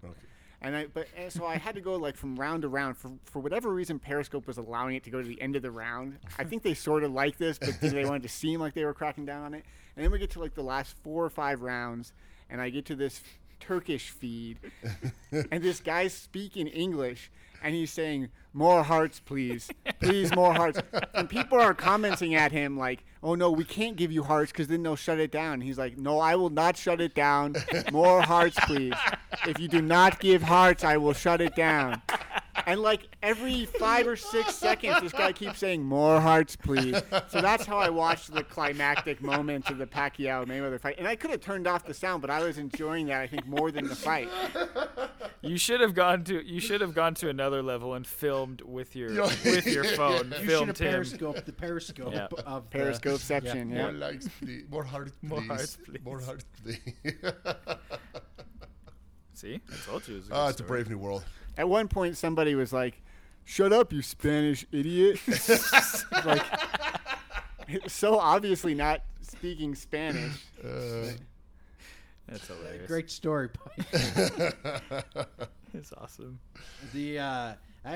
And I, but and so I had to go like from round to round for for whatever reason. Periscope was allowing it to go to the end of the round. I think they sort of liked this, but then they wanted to seem like they were cracking down on it. And then we get to like the last four or five rounds, and I get to this Turkish feed, and this guy's speaking English, and he's saying more hearts, please, please more hearts. And people are commenting at him like, "Oh no, we can't give you hearts because then they'll shut it down." He's like, "No, I will not shut it down. More hearts, please. If you do not give hearts, I will shut it down." And like every five or six seconds, this guy keeps saying "more hearts, please." So that's how I watched the climactic moments of the Pacquiao Mayweather fight, and I could have turned off the sound, but I was enjoying that I think more than the fight. you should have gone to you should have gone to another level and filmed with your with your phone. You should have filmed him. periscoped the periscope Yeah. of the- Periscopeception, yeah. More likes, please. More heart, please. More hearts, please. More heart, please. See, I told you. It was a Ah, good it's a story. brave new world. At one point, somebody was like, "Shut up, you Spanish idiot!" like, so obviously not speaking Spanish. Uh, That's hilarious. Great story. Mike. It's awesome. The uh, I, I,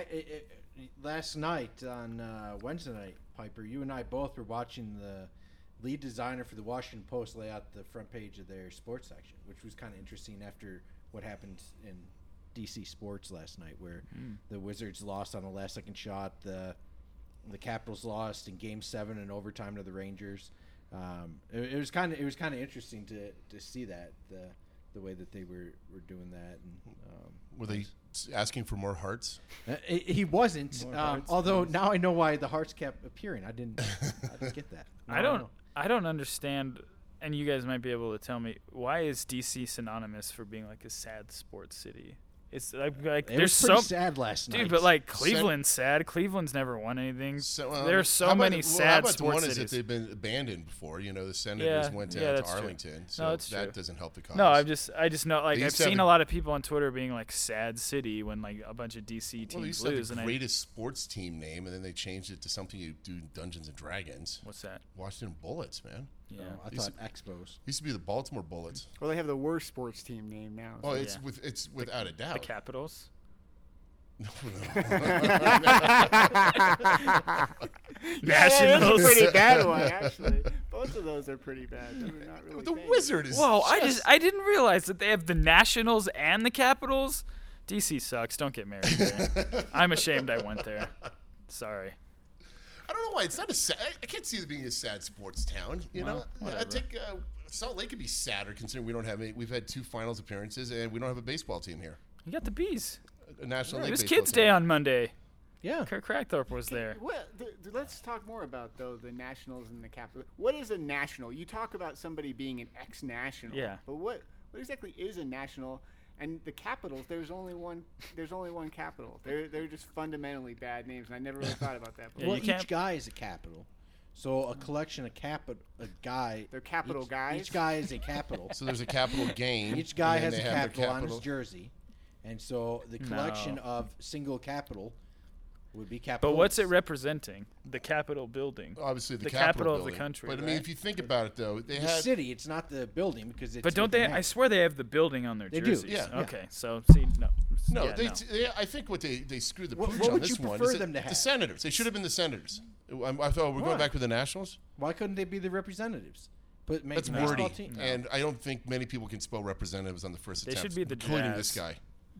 I- last night on uh, Wednesday night, Piper, you and I both were watching the lead designer for the Washington Post lay out the front page of their sports section, which was kind of interesting after what happened in DC sports last night, where the Wizards lost on a last-second shot, the the Capitals lost in Game Seven and overtime to the Rangers. Um, it, it was kind of it was kind of interesting to, to see that the the way that they were, were doing that and um, were they s- asking for more hearts? uh, he he wasn't. More Um, hearts, although now I know why the hearts kept appearing. I didn't. I didn't get that. Now I don't know. I don't understand and you guys might be able to tell me why is DC synonymous for being like a sad sports city? It's like, like It there's was pretty so sad last night. Dude, but like Cleveland's sad. Cleveland's never won anything. So, um, there's so how about many the- well, how sad about the sports one is cities. that they've been abandoned before. You know, the Senators Yeah, went down yeah, to that's true. Arlington, so it's that true. doesn't help the cause. no, I'm just I just know like They I've used to have seen the- a lot of people on Twitter being like sad city when like a bunch of DC well, they teams used to have lose the and I, greatest sports team name, and then they changed it to something you do in Dungeons and Dragons. what's that? Washington Bullets, man. Yeah. Oh, I These- thought Expos. Used to be the Baltimore Bullets. Oh, Well, they have the worst sports team name now. Well, it's Yeah. with it's without a The doubt. Capitals. yeah, that's a Nationals. pretty bad one, actually. Both of those are pretty bad. They were not really the bad. Wizard is. Whoa, I just I didn't realize that they have the Nationals and the Capitals. DC sucks. Don't get married. there. I'm ashamed I went there. Sorry. I don't know why it's not a sad. I- I can't see it being a sad sports town. You know, I think uh, Salt Lake could be sadder considering we don't have any. We've had two finals appearances and we don't have a baseball team here. You got the bees. A National League. It was baseball Kids team. Day on Monday. Yeah. Kirk Crackthrop was there. Well, th- th- let's talk more about though the Nationals and the Capitals. What is a national? You talk about somebody being an ex-national. Yeah. But what what exactly is a national? And the Capitals, there's only one. There's only one Capital. They're they're just fundamentally bad names, and I never really thought about that. Yeah, Before. well, you can't- each guy is a capital. So a collection of capital, a guy. They're capital each, guys? Each guy is a capital. So there's a capital gain. each guy and has then a they have capital, their on his jersey, and so the collection No. of single capital would be capital. But what's it representing? The Capitol building. Obviously, the, The capital of the building. country, But I mean, right? if you think about it, though, they The had city. It's not the building because it's. But don't with the they? map. I swear they have the building on their They do, jerseys. yeah, yeah. Okay. So see, no. no. yeah, they, they- I think what they they screwed the What- pooch what on would this you one. prefer is them to The have? Senators. They should have been the Senators. I, I thought we're Why? going back with the Nationals. Why couldn't they be the representatives? But make That's a baseball wordy, team. and I don't think many people can spell representatives on the first They attempt. should be the including this Jazz. guy.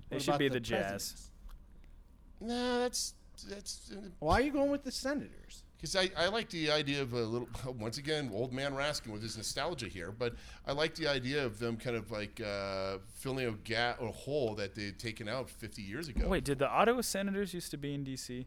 They What should about be the, Jazz. presidents? No, that's that's Why are you going with the senators? because I, I like the idea of a little once again old man Raskin with his nostalgia here, but I like the idea of them kind of like uh, filling a gap or hole that they'd taken out 50 years ago. Wait, did the Ottawa Senators used to be in D.C.?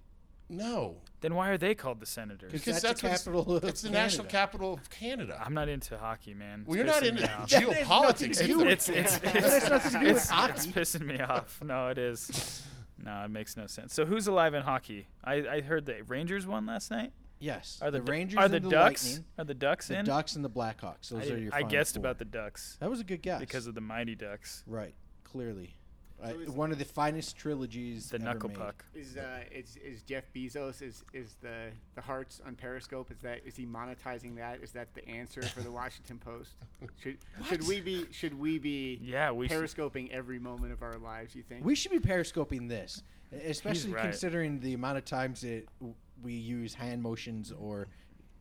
no, Then why are they called the Senators? because That's that's, the what capital of it's, it's the Canada. national capital of Canada. I'm not into hockey, man. It's well, you're not pissing into me off. geopolitics either. It's it's it's, it's, it's pissing me off. No, it is. No, it makes no sense. So who's alive in hockey? I, I heard the Rangers won last night. Yes. Are the, Du- Rangers Are and the, the Ducks? Lightning, Are the Ducks the in? Ducks and the Blackhawks. I, Those are your. I final guessed four. about the Ducks That was a good guess. because of the Mighty Ducks. right, clearly, I, is- one of the finest trilogies. The ever knuckle made. puck. Is uh is, is Jeff Bezos is is the the hearts on Periscope? Is that is he monetizing that? Is that the answer for the Washington Post? Should should we be should we be Yeah, we should- periscoping every moment of our lives? You think? We should be periscoping this, e-, especially right. considering the amount of times that w- we use hand motions or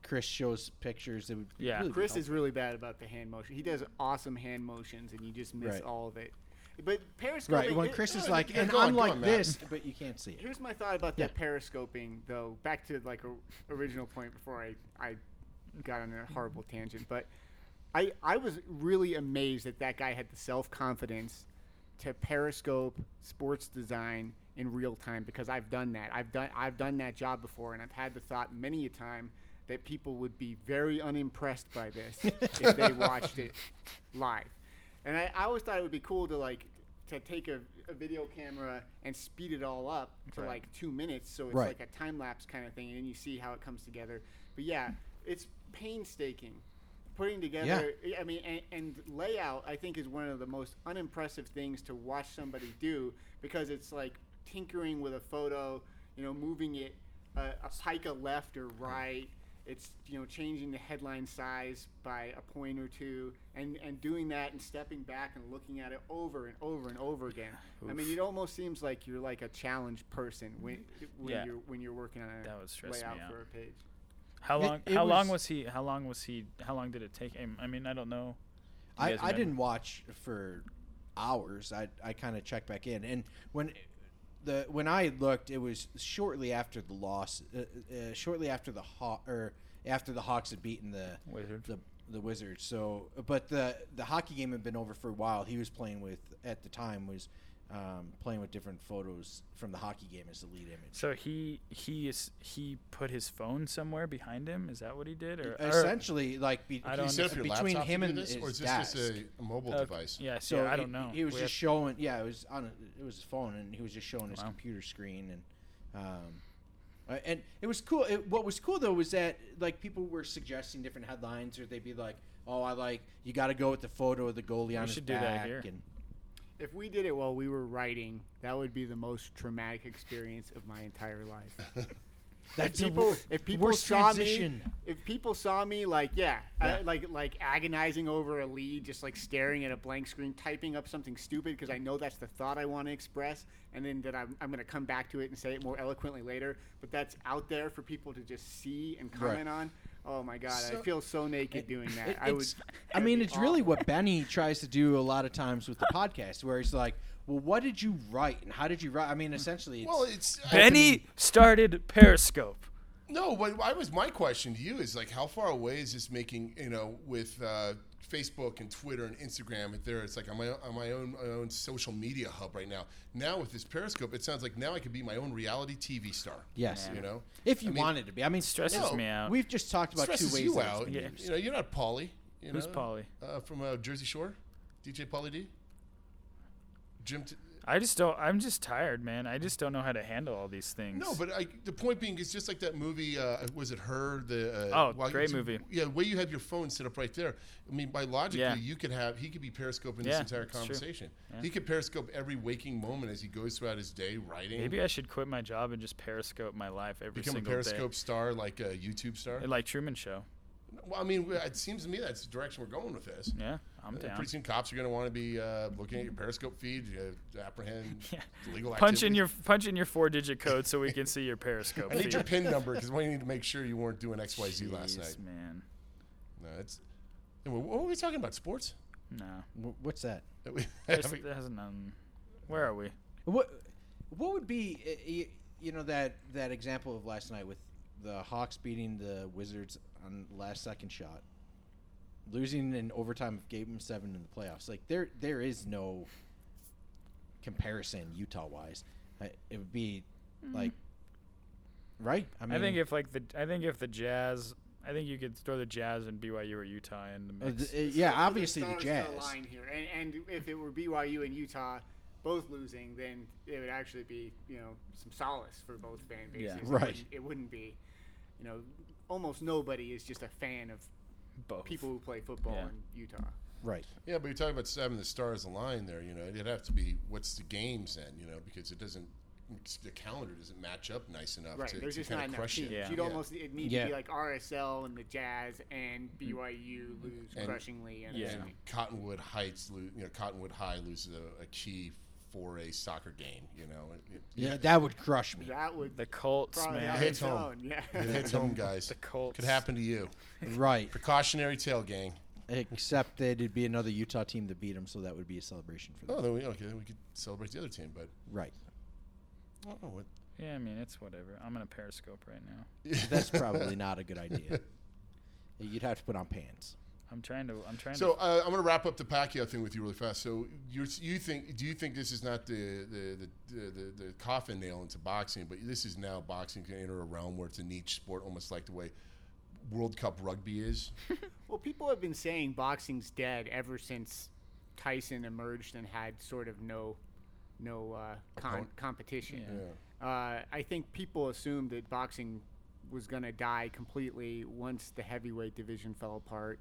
Chris shows pictures. It would Yeah. really be Chris helpful. is really bad about the hand motion. He does awesome hand motions, and you just miss Right. all of it. But periscoping. right when it- Chris is yeah, like, yeah, and go on, I'm go like on, Matt." this, but you can't see it. Here's my thought about that Yeah. periscoping, though. Back to like a original point before I, I got on a horrible tangent, but I I was really amazed that that guy had the self confidence to periscope sports design in real time because I've done that. I've done I've done that job before, and I've had the thought many a time that people would be very unimpressed by this if they watched it live. And I, I always thought it would be cool to like to take a, a video camera and speed it all up to Right. like two minutes, so it's Right. like a time lapse kind of thing, and then you see how it comes together. But yeah, it's painstaking putting together. I mean, and, and layout I think is one of the most unimpressive things to watch somebody do because it's like tinkering with a photo, you know, moving it a, a pica left or right. It's you know changing the headline size by a point or two, and and doing that and stepping back and looking at it over and over and over again. I mean, it almost seems like you're like a challenged person when when Yeah. you're when you're working on a That would stress me layout out. for a page. How It- long? it how long was- was he? How long was he? How long did it take him? I mean, I don't know. You I, I guys remember? didn't watch for hours. I, I kind of checked back in, and when the when I looked, it was shortly after the loss, uh, uh, shortly after the Haw- or after the Hawks had beaten the Wizards. the the Wizards. So, but the the hockey game had been over for a while. He was playing with at the time was um, playing with different photos from the hockey game as the lead image. So he he is he put his phone somewhere behind him. Is that what he did? Or, or- Essentially, like be, I he don't set up your said between laptop to him do and this, his or is this just desk. a, a mobile uh, device? Yeah, so So I he- don't know. He was We just have- showing. Yeah, it was on. A, it was his phone, and he was just showing his computer screen, and um, uh, and it was cool. It, what was cool though was that like people were suggesting different headlines, or they'd be like, "Oh, I like you got to go with the photo of the goalie on his should do that back." here. And If we did it while we were writing, that would be the most traumatic experience of my entire life. That's people a, if people worst saw transition. me if people saw me like yeah, I, Yeah. like like agonizing over a lead just like staring at a blank screen typing up something stupid because i know that's the thought i want to express and then that i'm, I'm going to come back to it and say it more eloquently later but that's out there for people to just see and comment on oh my god i So- feel so naked doing that It- i would it's- I it'd mean, be it's really awful. what Benny tries to do a lot of times with the podcast, where he's like, "Well, what did you write, and how did you write?" I mean, essentially, it's, Well, it's I- Benny started Periscope. No, but I was my question to you is like, how far away is this making? You know, with uh, Facebook and Twitter and Instagram, and there, it's like I'm my, I'm my own my own social media hub right now. Now with this Periscope, it sounds like now I could be my own reality TV star. yes, you know, if you I mean, wanted to be. I mean, Stresses No, me out. we've just talked about two stresses ways. you that it's out. been Yeah. used. You know, you're not Pauly. You Who's know? Pauly? Uh, from uh, Jersey Shore, DJ Pauly D. Jim. T- I just don't. I'm just tired, man. I just don't know how to handle all these things. No, but I, the point being, it's just like that movie. Uh, was it her? The uh, Oh, great movie. Yeah, the way you have your phone set up right there. I mean, by logically, Yeah. you could have he could be periscoping this Yeah, entire that's true. conversation. He could periscope every waking moment as he goes throughout his day writing. maybe I should quit my job and just Periscope my life every become a single periscope star like a YouTube star. day, like Truman Show. Well, I mean, it seems to me that's the direction we're going with this. Yeah, I'm Uh, down. Pretty soon, cops are going to want to be uh, looking at your Periscope feed, uh, apprehend illegal Punch in activities. your punch in your four-digit code so we can see your Periscope. I need your feed. PIN number because we need to make sure you weren't doing X Y Z last Jeez, night. man. No, it's. What were we talking about? Sports? No, Wh- What's that? That we- There's- I mean, there hasn't, um, where are we? What what would be uh, y- you know that that example of last night with the Hawks beating the Wizards on the last second shot, losing in overtime of Game Seven in the playoffs? Like there there is no comparison Utah wise. It would be like right. I, think if like the I think if the Jazz, I think you could throw the Jazz and BYU or Utah in the uh, mix. th- uh, yeah, Where do obviously the stars Jazz. line here, and, and if it were BYU and Utah both losing, then it would actually be you know some solace for both fan bases. It Right. wouldn't- It wouldn't be, you know, almost nobody is just a fan of Both. people who play football Yeah. in Utah. Right. yeah, but you're talking about having the stars aligned there. You know, it'd have to be what's the games then? You know, because it doesn't. it's- the calendar doesn't match up nice enough Right. to, There's to just kinda not enough crush it. teams. Yeah. You'd Yeah. Mm. almost it need Yeah. to be like RSL and the Jazz and BYU lose And- crushingly. And Yeah. assuming. Cottonwood Heights, lo- you know, Cottonwood High loses a, a key for a soccer game. You know, it, it- Yeah, that would crush me. that would The Colts, probably man. have Hits its home. own. Yeah. it hits home, guys. The Colts. Could happen to you. Right. Precautionary tail gang. Except that it'd be another Utah team that beat them, so that would be a celebration for them. Oh, then we, okay, then we could celebrate the other team, but Right. I don't know what. Yeah, I mean it's whatever. I'm in a Periscope right now. That's probably not a good idea. You'd have to put on pants. I'm trying to. I'm trying So to. uh, I'm going to wrap up the Pacquiao thing with you really fast. So you you think do you think this is not the the, the, the, the coffin nail into boxing, but this is now boxing can enter a realm where it's a niche sport, almost like the way World Cup rugby is. Well, people have been saying boxing's dead ever since Tyson emerged and had sort of no, no uh, con- competition. Uh, I think people assumed that boxing was going to die completely once the heavyweight division fell apart.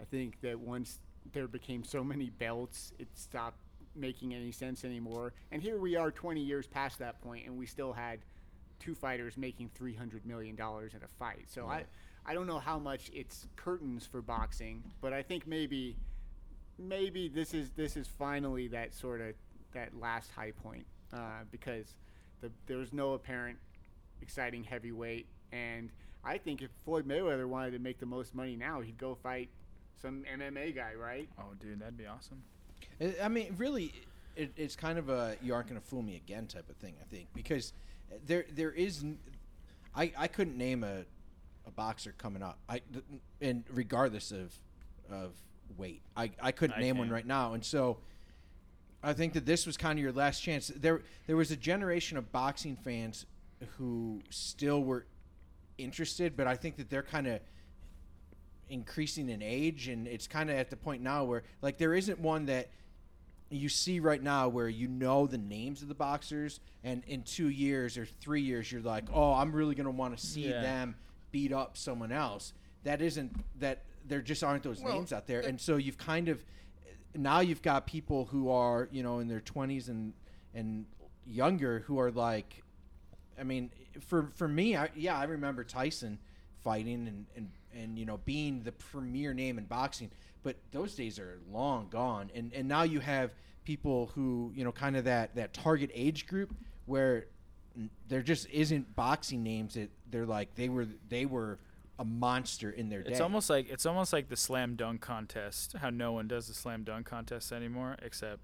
I think that once there became so many belts, it stopped making any sense anymore. And here we are 20 years past that point, and we still had two fighters making three hundred million dollars in a fight. So I, I don't know how much it's curtains for boxing, but I think maybe, maybe this is this is finally that sort of that last high point uh, because the, there was no apparent exciting heavyweight, and I think if Floyd Mayweather wanted to make the most money now, he'd go fight some MMA guy, right? oh, dude, that'd be awesome. I I mean, really, it, it's kind of a "you aren't going to fool me again" type of thing. I think because there there is, n- I I couldn't name a a boxer coming up. I th- and regardless of of weight, I I couldn't I name one can. right now. And so, I think that this was kind of your last chance. There there was a generation of boxing fans who still were interested, but I think that they're kind of increasing in age and it's kind of at the point now where like there isn't one that you see right now where you know the names of the boxers and in two years or three years you're like oh i'm really going to want to see Yeah. them beat up someone else that isn't that there just aren't those Well, names out there and so you've kind of now you've got people who are you know in their 20s and and younger who are like I mean, for for me, I, yeah, I remember Tyson fighting and, and and you know being the premier name in boxing, but those days are long gone. And and now you have people who you know kind of that that target age group where n- there just isn't boxing names that they're like they were they were a monster in their day. It's almost like it's almost like the slam dunk contest. How no one does the slam dunk contest anymore, except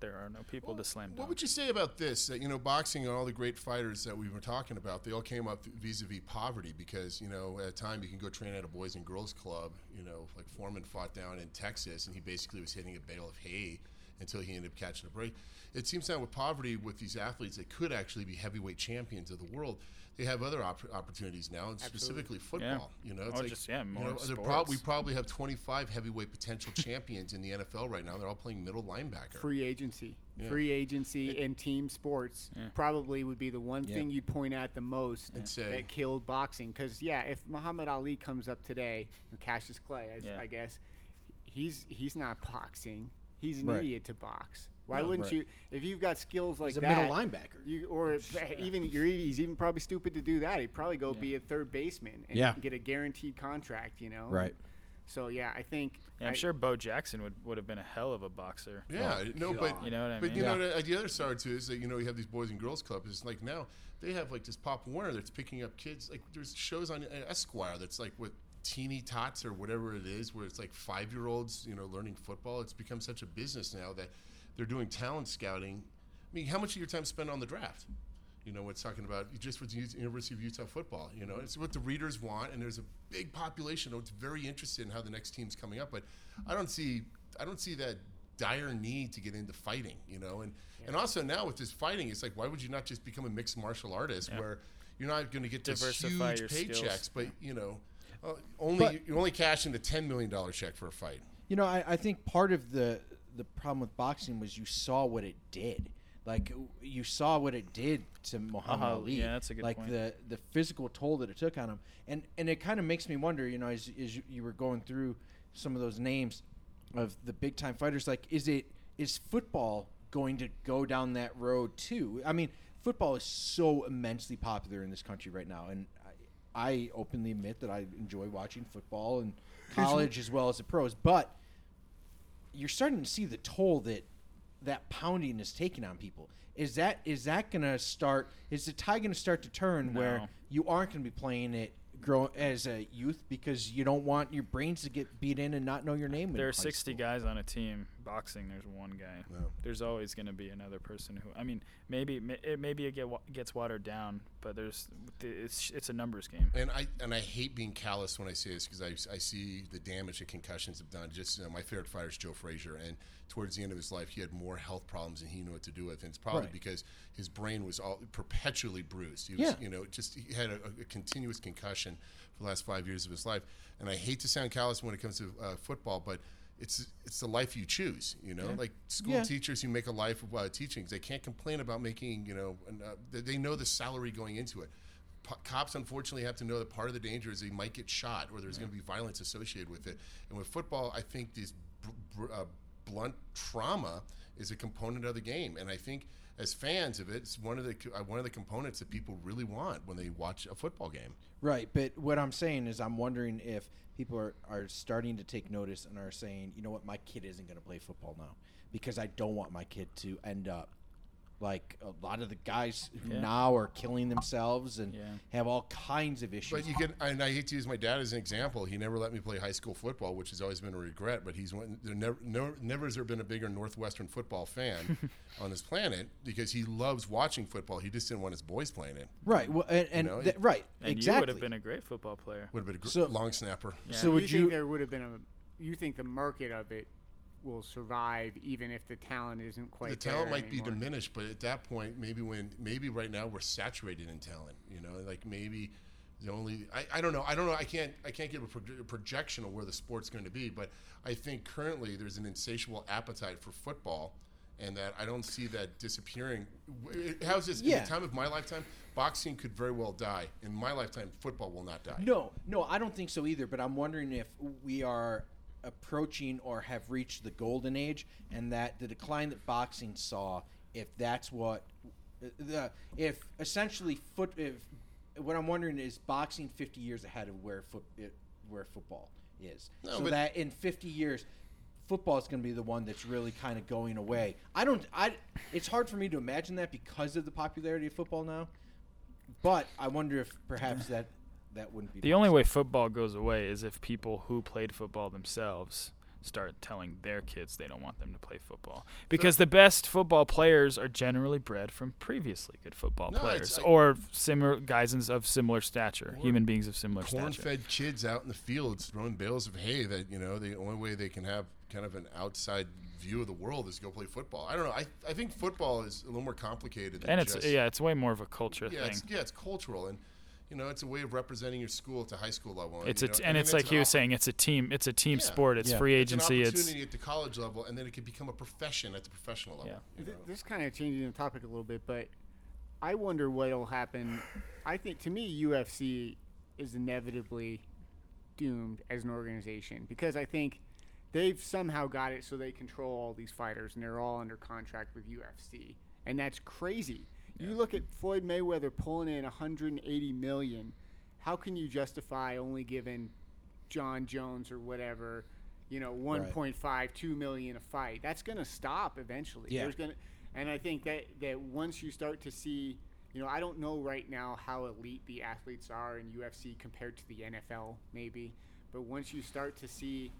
there are no people to slam What dunk. would you say about this? That you know, boxing and all the great fighters that we were talking about, they all came up vis-a-vis poverty because you know, at a time you can go train at a boys and girls club. You know, like Foreman fought down in Texas, and he basically was hitting a bale of hay until he ended up catching a break. It seems now with poverty, with these athletes that could actually be heavyweight champions of the world, they have other op- opportunities now, and specifically football. You know, it's Or like just, yeah, you more know, they're prob- we sports. probably have 25 heavyweight potential champions in the NFL right now. They're all playing middle linebacker. free agency free agency and team sports probably would be the one thing you'd point at the most I'd say. that killed boxing because yeah if muhammad ali comes up today or cassius clay I, Yeah. I guess he's he's not boxing he's an Right. idiot to box why wouldn't you if you've got skills like He's a that middle linebacker. you or if- even you're he's even probably stupid to do that he'd probably go be a third baseman and Yeah. get a guaranteed contract you know Right. so yeah i think Yeah, I'm I- sure Bo Jackson would, would have been a hell of a boxer. Yeah, no, but God. You know what I but mean? you know the, the other side too is that you know you have these boys and girls clubs. It's like now they have like this Pop Warner that's picking up kids. Like there's shows on E, Esquire that's like with teeny tots or whatever it is, where it's like five year olds, you know, learning football. It's become such a business now that they're doing talent scouting. I mean, how much of your time spent on the draft? You know, it's talking about just with the University of Utah football. You know, it's what the readers want, and there's a big population that's very interested in how the next team's coming up. But I don't see, I don't see that dire need to get into fighting. You know, and and also now with this fighting, it's like why would you not just become a mixed martial artist where you're not going to get this huge Diversify your paychecks, skills. but you know, uh, only But- you're only cashing the ten million dollar check for a fight. You know, I, I think part of the the problem with boxing was you saw what it did. Like you saw what it did to Muhammad Uh-huh, Ali. yeah, that's a good Like point. the the physical toll that it took on him, and and it kind of makes me wonder. You know, as, as you, you were going through some of those names of the big time fighters, like is it is football going to go down that road too? I mean, football is so immensely popular in this country right now, and I, I openly admit that I enjoy watching football and college as well as the pros, but you're starting to see the toll that that pounding is taking on people. Is that is that going to start? Is the tide going to start to turn where No. you aren't going to be playing it grow as a youth because you don't want your brains to get beat in and not know your name? in There high are 60 school? guys on a team. Boxing, there's one guy. There's always going to be another person who. I mean, maybe ma- it maybe it get, wa- gets watered down, but there's it's it's a numbers game. Mm-hmm. And I and I hate being callous when I say this because I, I see the damage that concussions have done. Just you know, my favorite fighter is Joe Frazier, and towards the end of his life, he had more health problems than he knew what to do with, and it's probably Right. because his brain was all perpetually bruised. He was, Yeah. you know, just he had a, a continuous concussion for the last five years of his life. And I hate to sound callous when it comes to uh, football, but. It's, it's the life you choose, you know. Like school Yeah. teachers who make a life of uh, teaching, they can't complain about making, you know, an, uh, they- they know the salary going into it po- cops unfortunately have to know that part of the danger is they might get shot or there's going to be violence associated with it. And with football, I think this br- br- uh, blunt trauma is a component of the game, and I think as fans of it, it's one of the co- uh, one of the components that people really want when they watch a football game. Right, but what I'm saying is I'm wondering if people are, are starting to take notice and are saying, you know what, my kid isn't going to play football now because I don't want my kid to end up like a lot of the guys who now are killing themselves and Yeah. have all kinds of issues. But you can, and I hate to use my dad as an example. He never let me play high school football, which has always been a regret. But he's one. There never, no, never has there been a bigger Northwestern football fan on this planet because he loves watching football. He just didn't want his boys playing it. right, well, and, and You know, that- right, And you would exactly. have been a great football player. Would have been a gr- So- long snapper. so would you, think you? there would have been a you think the market of it will survive even if the talent isn't quite The talent there might be anymore? diminished, but at that point, maybe when maybe right now we're saturated in talent. You know, like maybe the only I, I don't know I don't know I can't I can't give a, proj- a projection of where the sport's going to be, but I think currently there's an insatiable appetite for football, and that I don't see that disappearing. W- it- How's this? In Yeah. the time of my lifetime, boxing could very well die. In my lifetime, football will not die. No, no, I don't think so either. But I'm wondering if we are approaching or have reached the golden age, and that the decline that boxing saw, if that's what the if essentially foot if what I'm wondering is boxing 50 years ahead of where foot it, where football is, No, so but- that in 50 years. Football is going to be the one that's really kind of going away. I don't. I. It's hard for me to imagine that because of the popularity of football now. But I wonder if perhaps that that wouldn't be The only way football goes away is if people who played football themselves start telling their kids they don't want them to play football because the best football players are generally bred from previously good football No, it's players like- or similar guys in- of similar stature, human beings of similar stature. corn-fed kids out in the fields throwing bales of hay that you know the only way they can have kind of an outside view of the world is to go play football i don't know i, I think football is a little more complicated than And it's just, yeah, it's way more of a culture yeah thing. it's, yeah it's cultural and you know it's a way of representing your school at the high school level It's you a know, t- and then it's like an he was opp- saying, it's a team, it's a team Yeah. sport, it's Yeah. free it's an agency, it's opportunity at the college level and then it could become a profession at the professional level Yeah. you Th- know? This is kind of changing the topic a little bit, but I wonder what'll happen. I think to me, UFC is inevitably doomed as an organization because I think they've somehow got it so they control all these fighters and they're all under contract with UFC, and that's crazy. You look at Floyd Mayweather pulling in 180 million. How can you justify only giving John Jones or whatever, you know, 1.5, 2 million a fight? That's going to stop eventually. Yeah. There's gonna, and I think that that once you start to see, you know, I don't know right now how elite the athletes are in UFC compared to the NFL, maybe, but once you start to see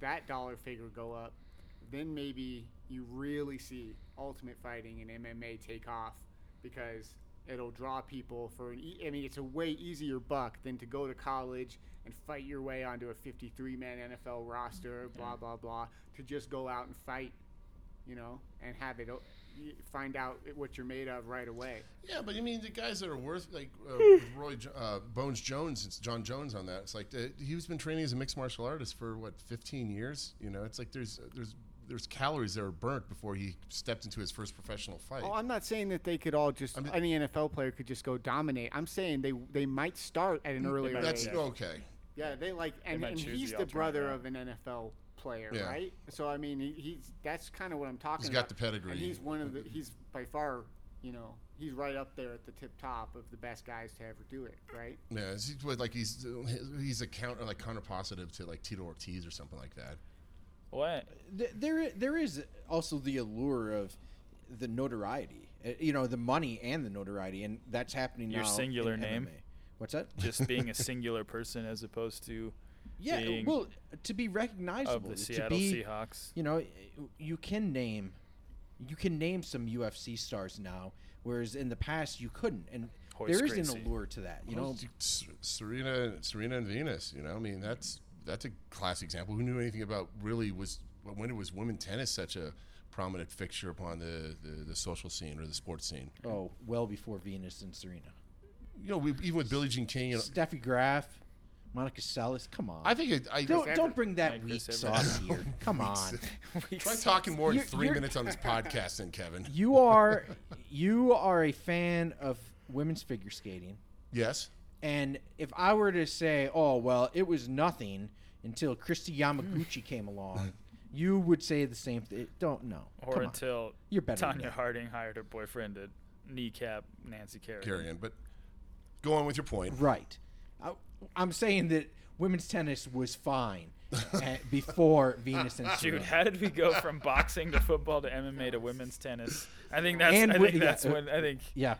that dollar figure go up, then maybe you really see Ultimate Fighting and MMA take off because it'll draw people for an. E- I mean, it's a way easier buck than to go to college and fight your way onto a 53-man NFL roster, blah blah blah, to just go out and fight, you know, and have it. o- you Find out what you're made of right away. Yeah, but I mean, the guys that are worth like uh, Roy Jo- uh, Bones Jones, it's John Jones on that. It's like uh, he's been training as a mixed martial artist for what 15 years. You know, it's like there's uh, there's there's calories that are burnt before he stepped into his first professional fight. Oh, I'm not saying that they could all just I'm just- any NFL player could just go dominate. I'm saying they they might start at an earlier might- That's age. okay. Yeah, they like, and, might and choose he's the the, alternate brother route. of an NFL player, Yeah. right? So I mean, he, he's that's kind of what I'm talking. He's got about. the pedigree. And he's one of the. He's by far, you know, he's right up there at the tip top of the best guys to ever do it, right? Yeah, it's- he's what, like he's he's a counter like counterpositive to like Tito Ortiz or something like that. what? Th- there i- there is also the allure of the notoriety, uh, you know, the money and the notoriety, and that's happening Your now. in singular name? MMA. What's that? Just being a singular person as opposed to yeah, being well, to be of recognizable, the to Seattle be, Seahawks. you know, you can name, you can name some UFC stars now, whereas in the past you couldn't, and Hoist there is Gracie. an allure to that, you know. S- Serena, Serena and Venus. You know, I mean, that's that's a classic example. Who knew anything about really was when it was women tennis such a prominent fixture upon the, the, the social scene or the sports scene? Oh, well before Venus and Serena, You know, we, even with Billie Jean King, you know, Steffi Graf, Monica Seles. Come on, I think it, I don't try don't bring that Chris weak Evans. sauce here. Come on. talking more in You're- 3 you're- minutes on this podcast than Kevin. you are you are a fan of women's figure skating yes. and if i were to say oh well it was nothing until christy yamaguchi came along you would say the same thing don't know or until You're better than Tanya that. Harding hired her boyfriend to kneecap Nancy Kerrigan. Carrion, but go on with your point. right I, i'm saying that women's tennis was fine eh, before venus and Dude, Serena. how did we go from boxing to football to MMA to women's tennis? I think that's And I wi- think yeah, that's uh, when I think yeah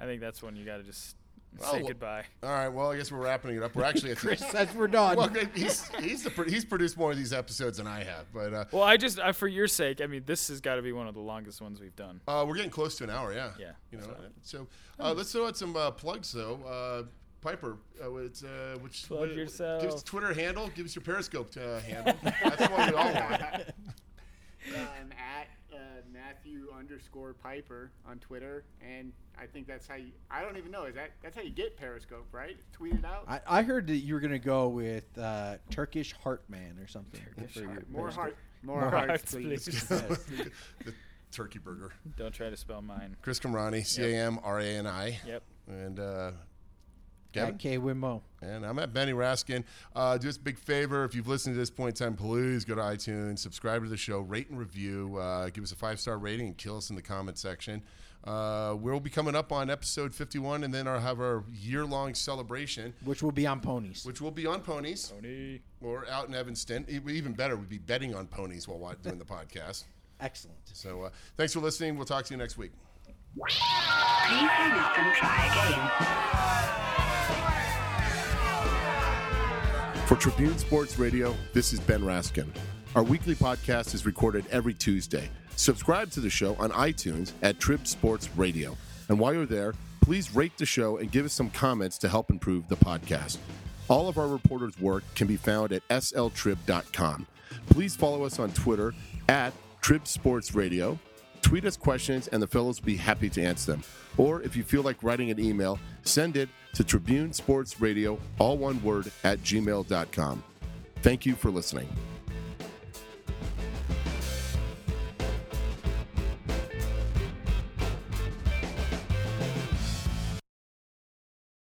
I think that's when you got to just Well, say well- goodbye. All right. Well, I guess we're wrapping it up. We're actually at chris the, says we're done well, he's he's, the, pro- he's produced more of these episodes than I have, but uh, Well, I just I, for your sake, I mean, this has got to be one of the longest ones we've done. Uh, we're getting close to an hour, yeah. Yeah, You know, so- so, uh, let's throw out some uh, plugs though. Uh, Piper, uh, it's, uh, which Plug yourself. Give us the Twitter handle. Give us your Periscope uh, handle. That's the one we all want. um, at uh, Matthew underscore Piper on Twitter, and I think that's how you. I don't even know. Is that that's how you get Periscope, right? Tweet it out. I, I heard that you were going to go with uh, turkish heart man or something for your more Thursday. heart, more, More hearts, hearts, please. please. the turkey burger. Don't try to spell mine. Chris Camrani, C A M R A N I, Yep. and uh, Gavin? At K Wimmo. And I'm at Benny Raskin. Uh, do us a big favor. If you've listened to this point in time, please go to iTunes, subscribe to the show, rate and review, uh, give us a five star rating, and kill us in the comment section. Uh, we'll be coming up on episode 51, and then I'll have our year long celebration, Which will be on ponies. which will be on ponies Tony. or out in Evanston. E- Even better, we'd be betting on ponies while wa- doing the podcast. Excellent. So uh, thanks for listening. We'll talk to you next week. Please hang up and try again. For Tribune Sports Radio, this is Ben Raskin. Our weekly podcast is recorded every Tuesday. Subscribe to the show on iTunes at Trib Sports Radio. And while you're there, please rate the show and give us some comments to help improve the podcast. All of our reporters' work can be found at sltrib.com. Please follow us on Twitter at Trib Sports Radio. Tweet us questions and the fellows will be happy to answer them. Or if you feel like writing an email, send it to Tribune Sports Radio, all one word, at gmail.com. Thank you for listening.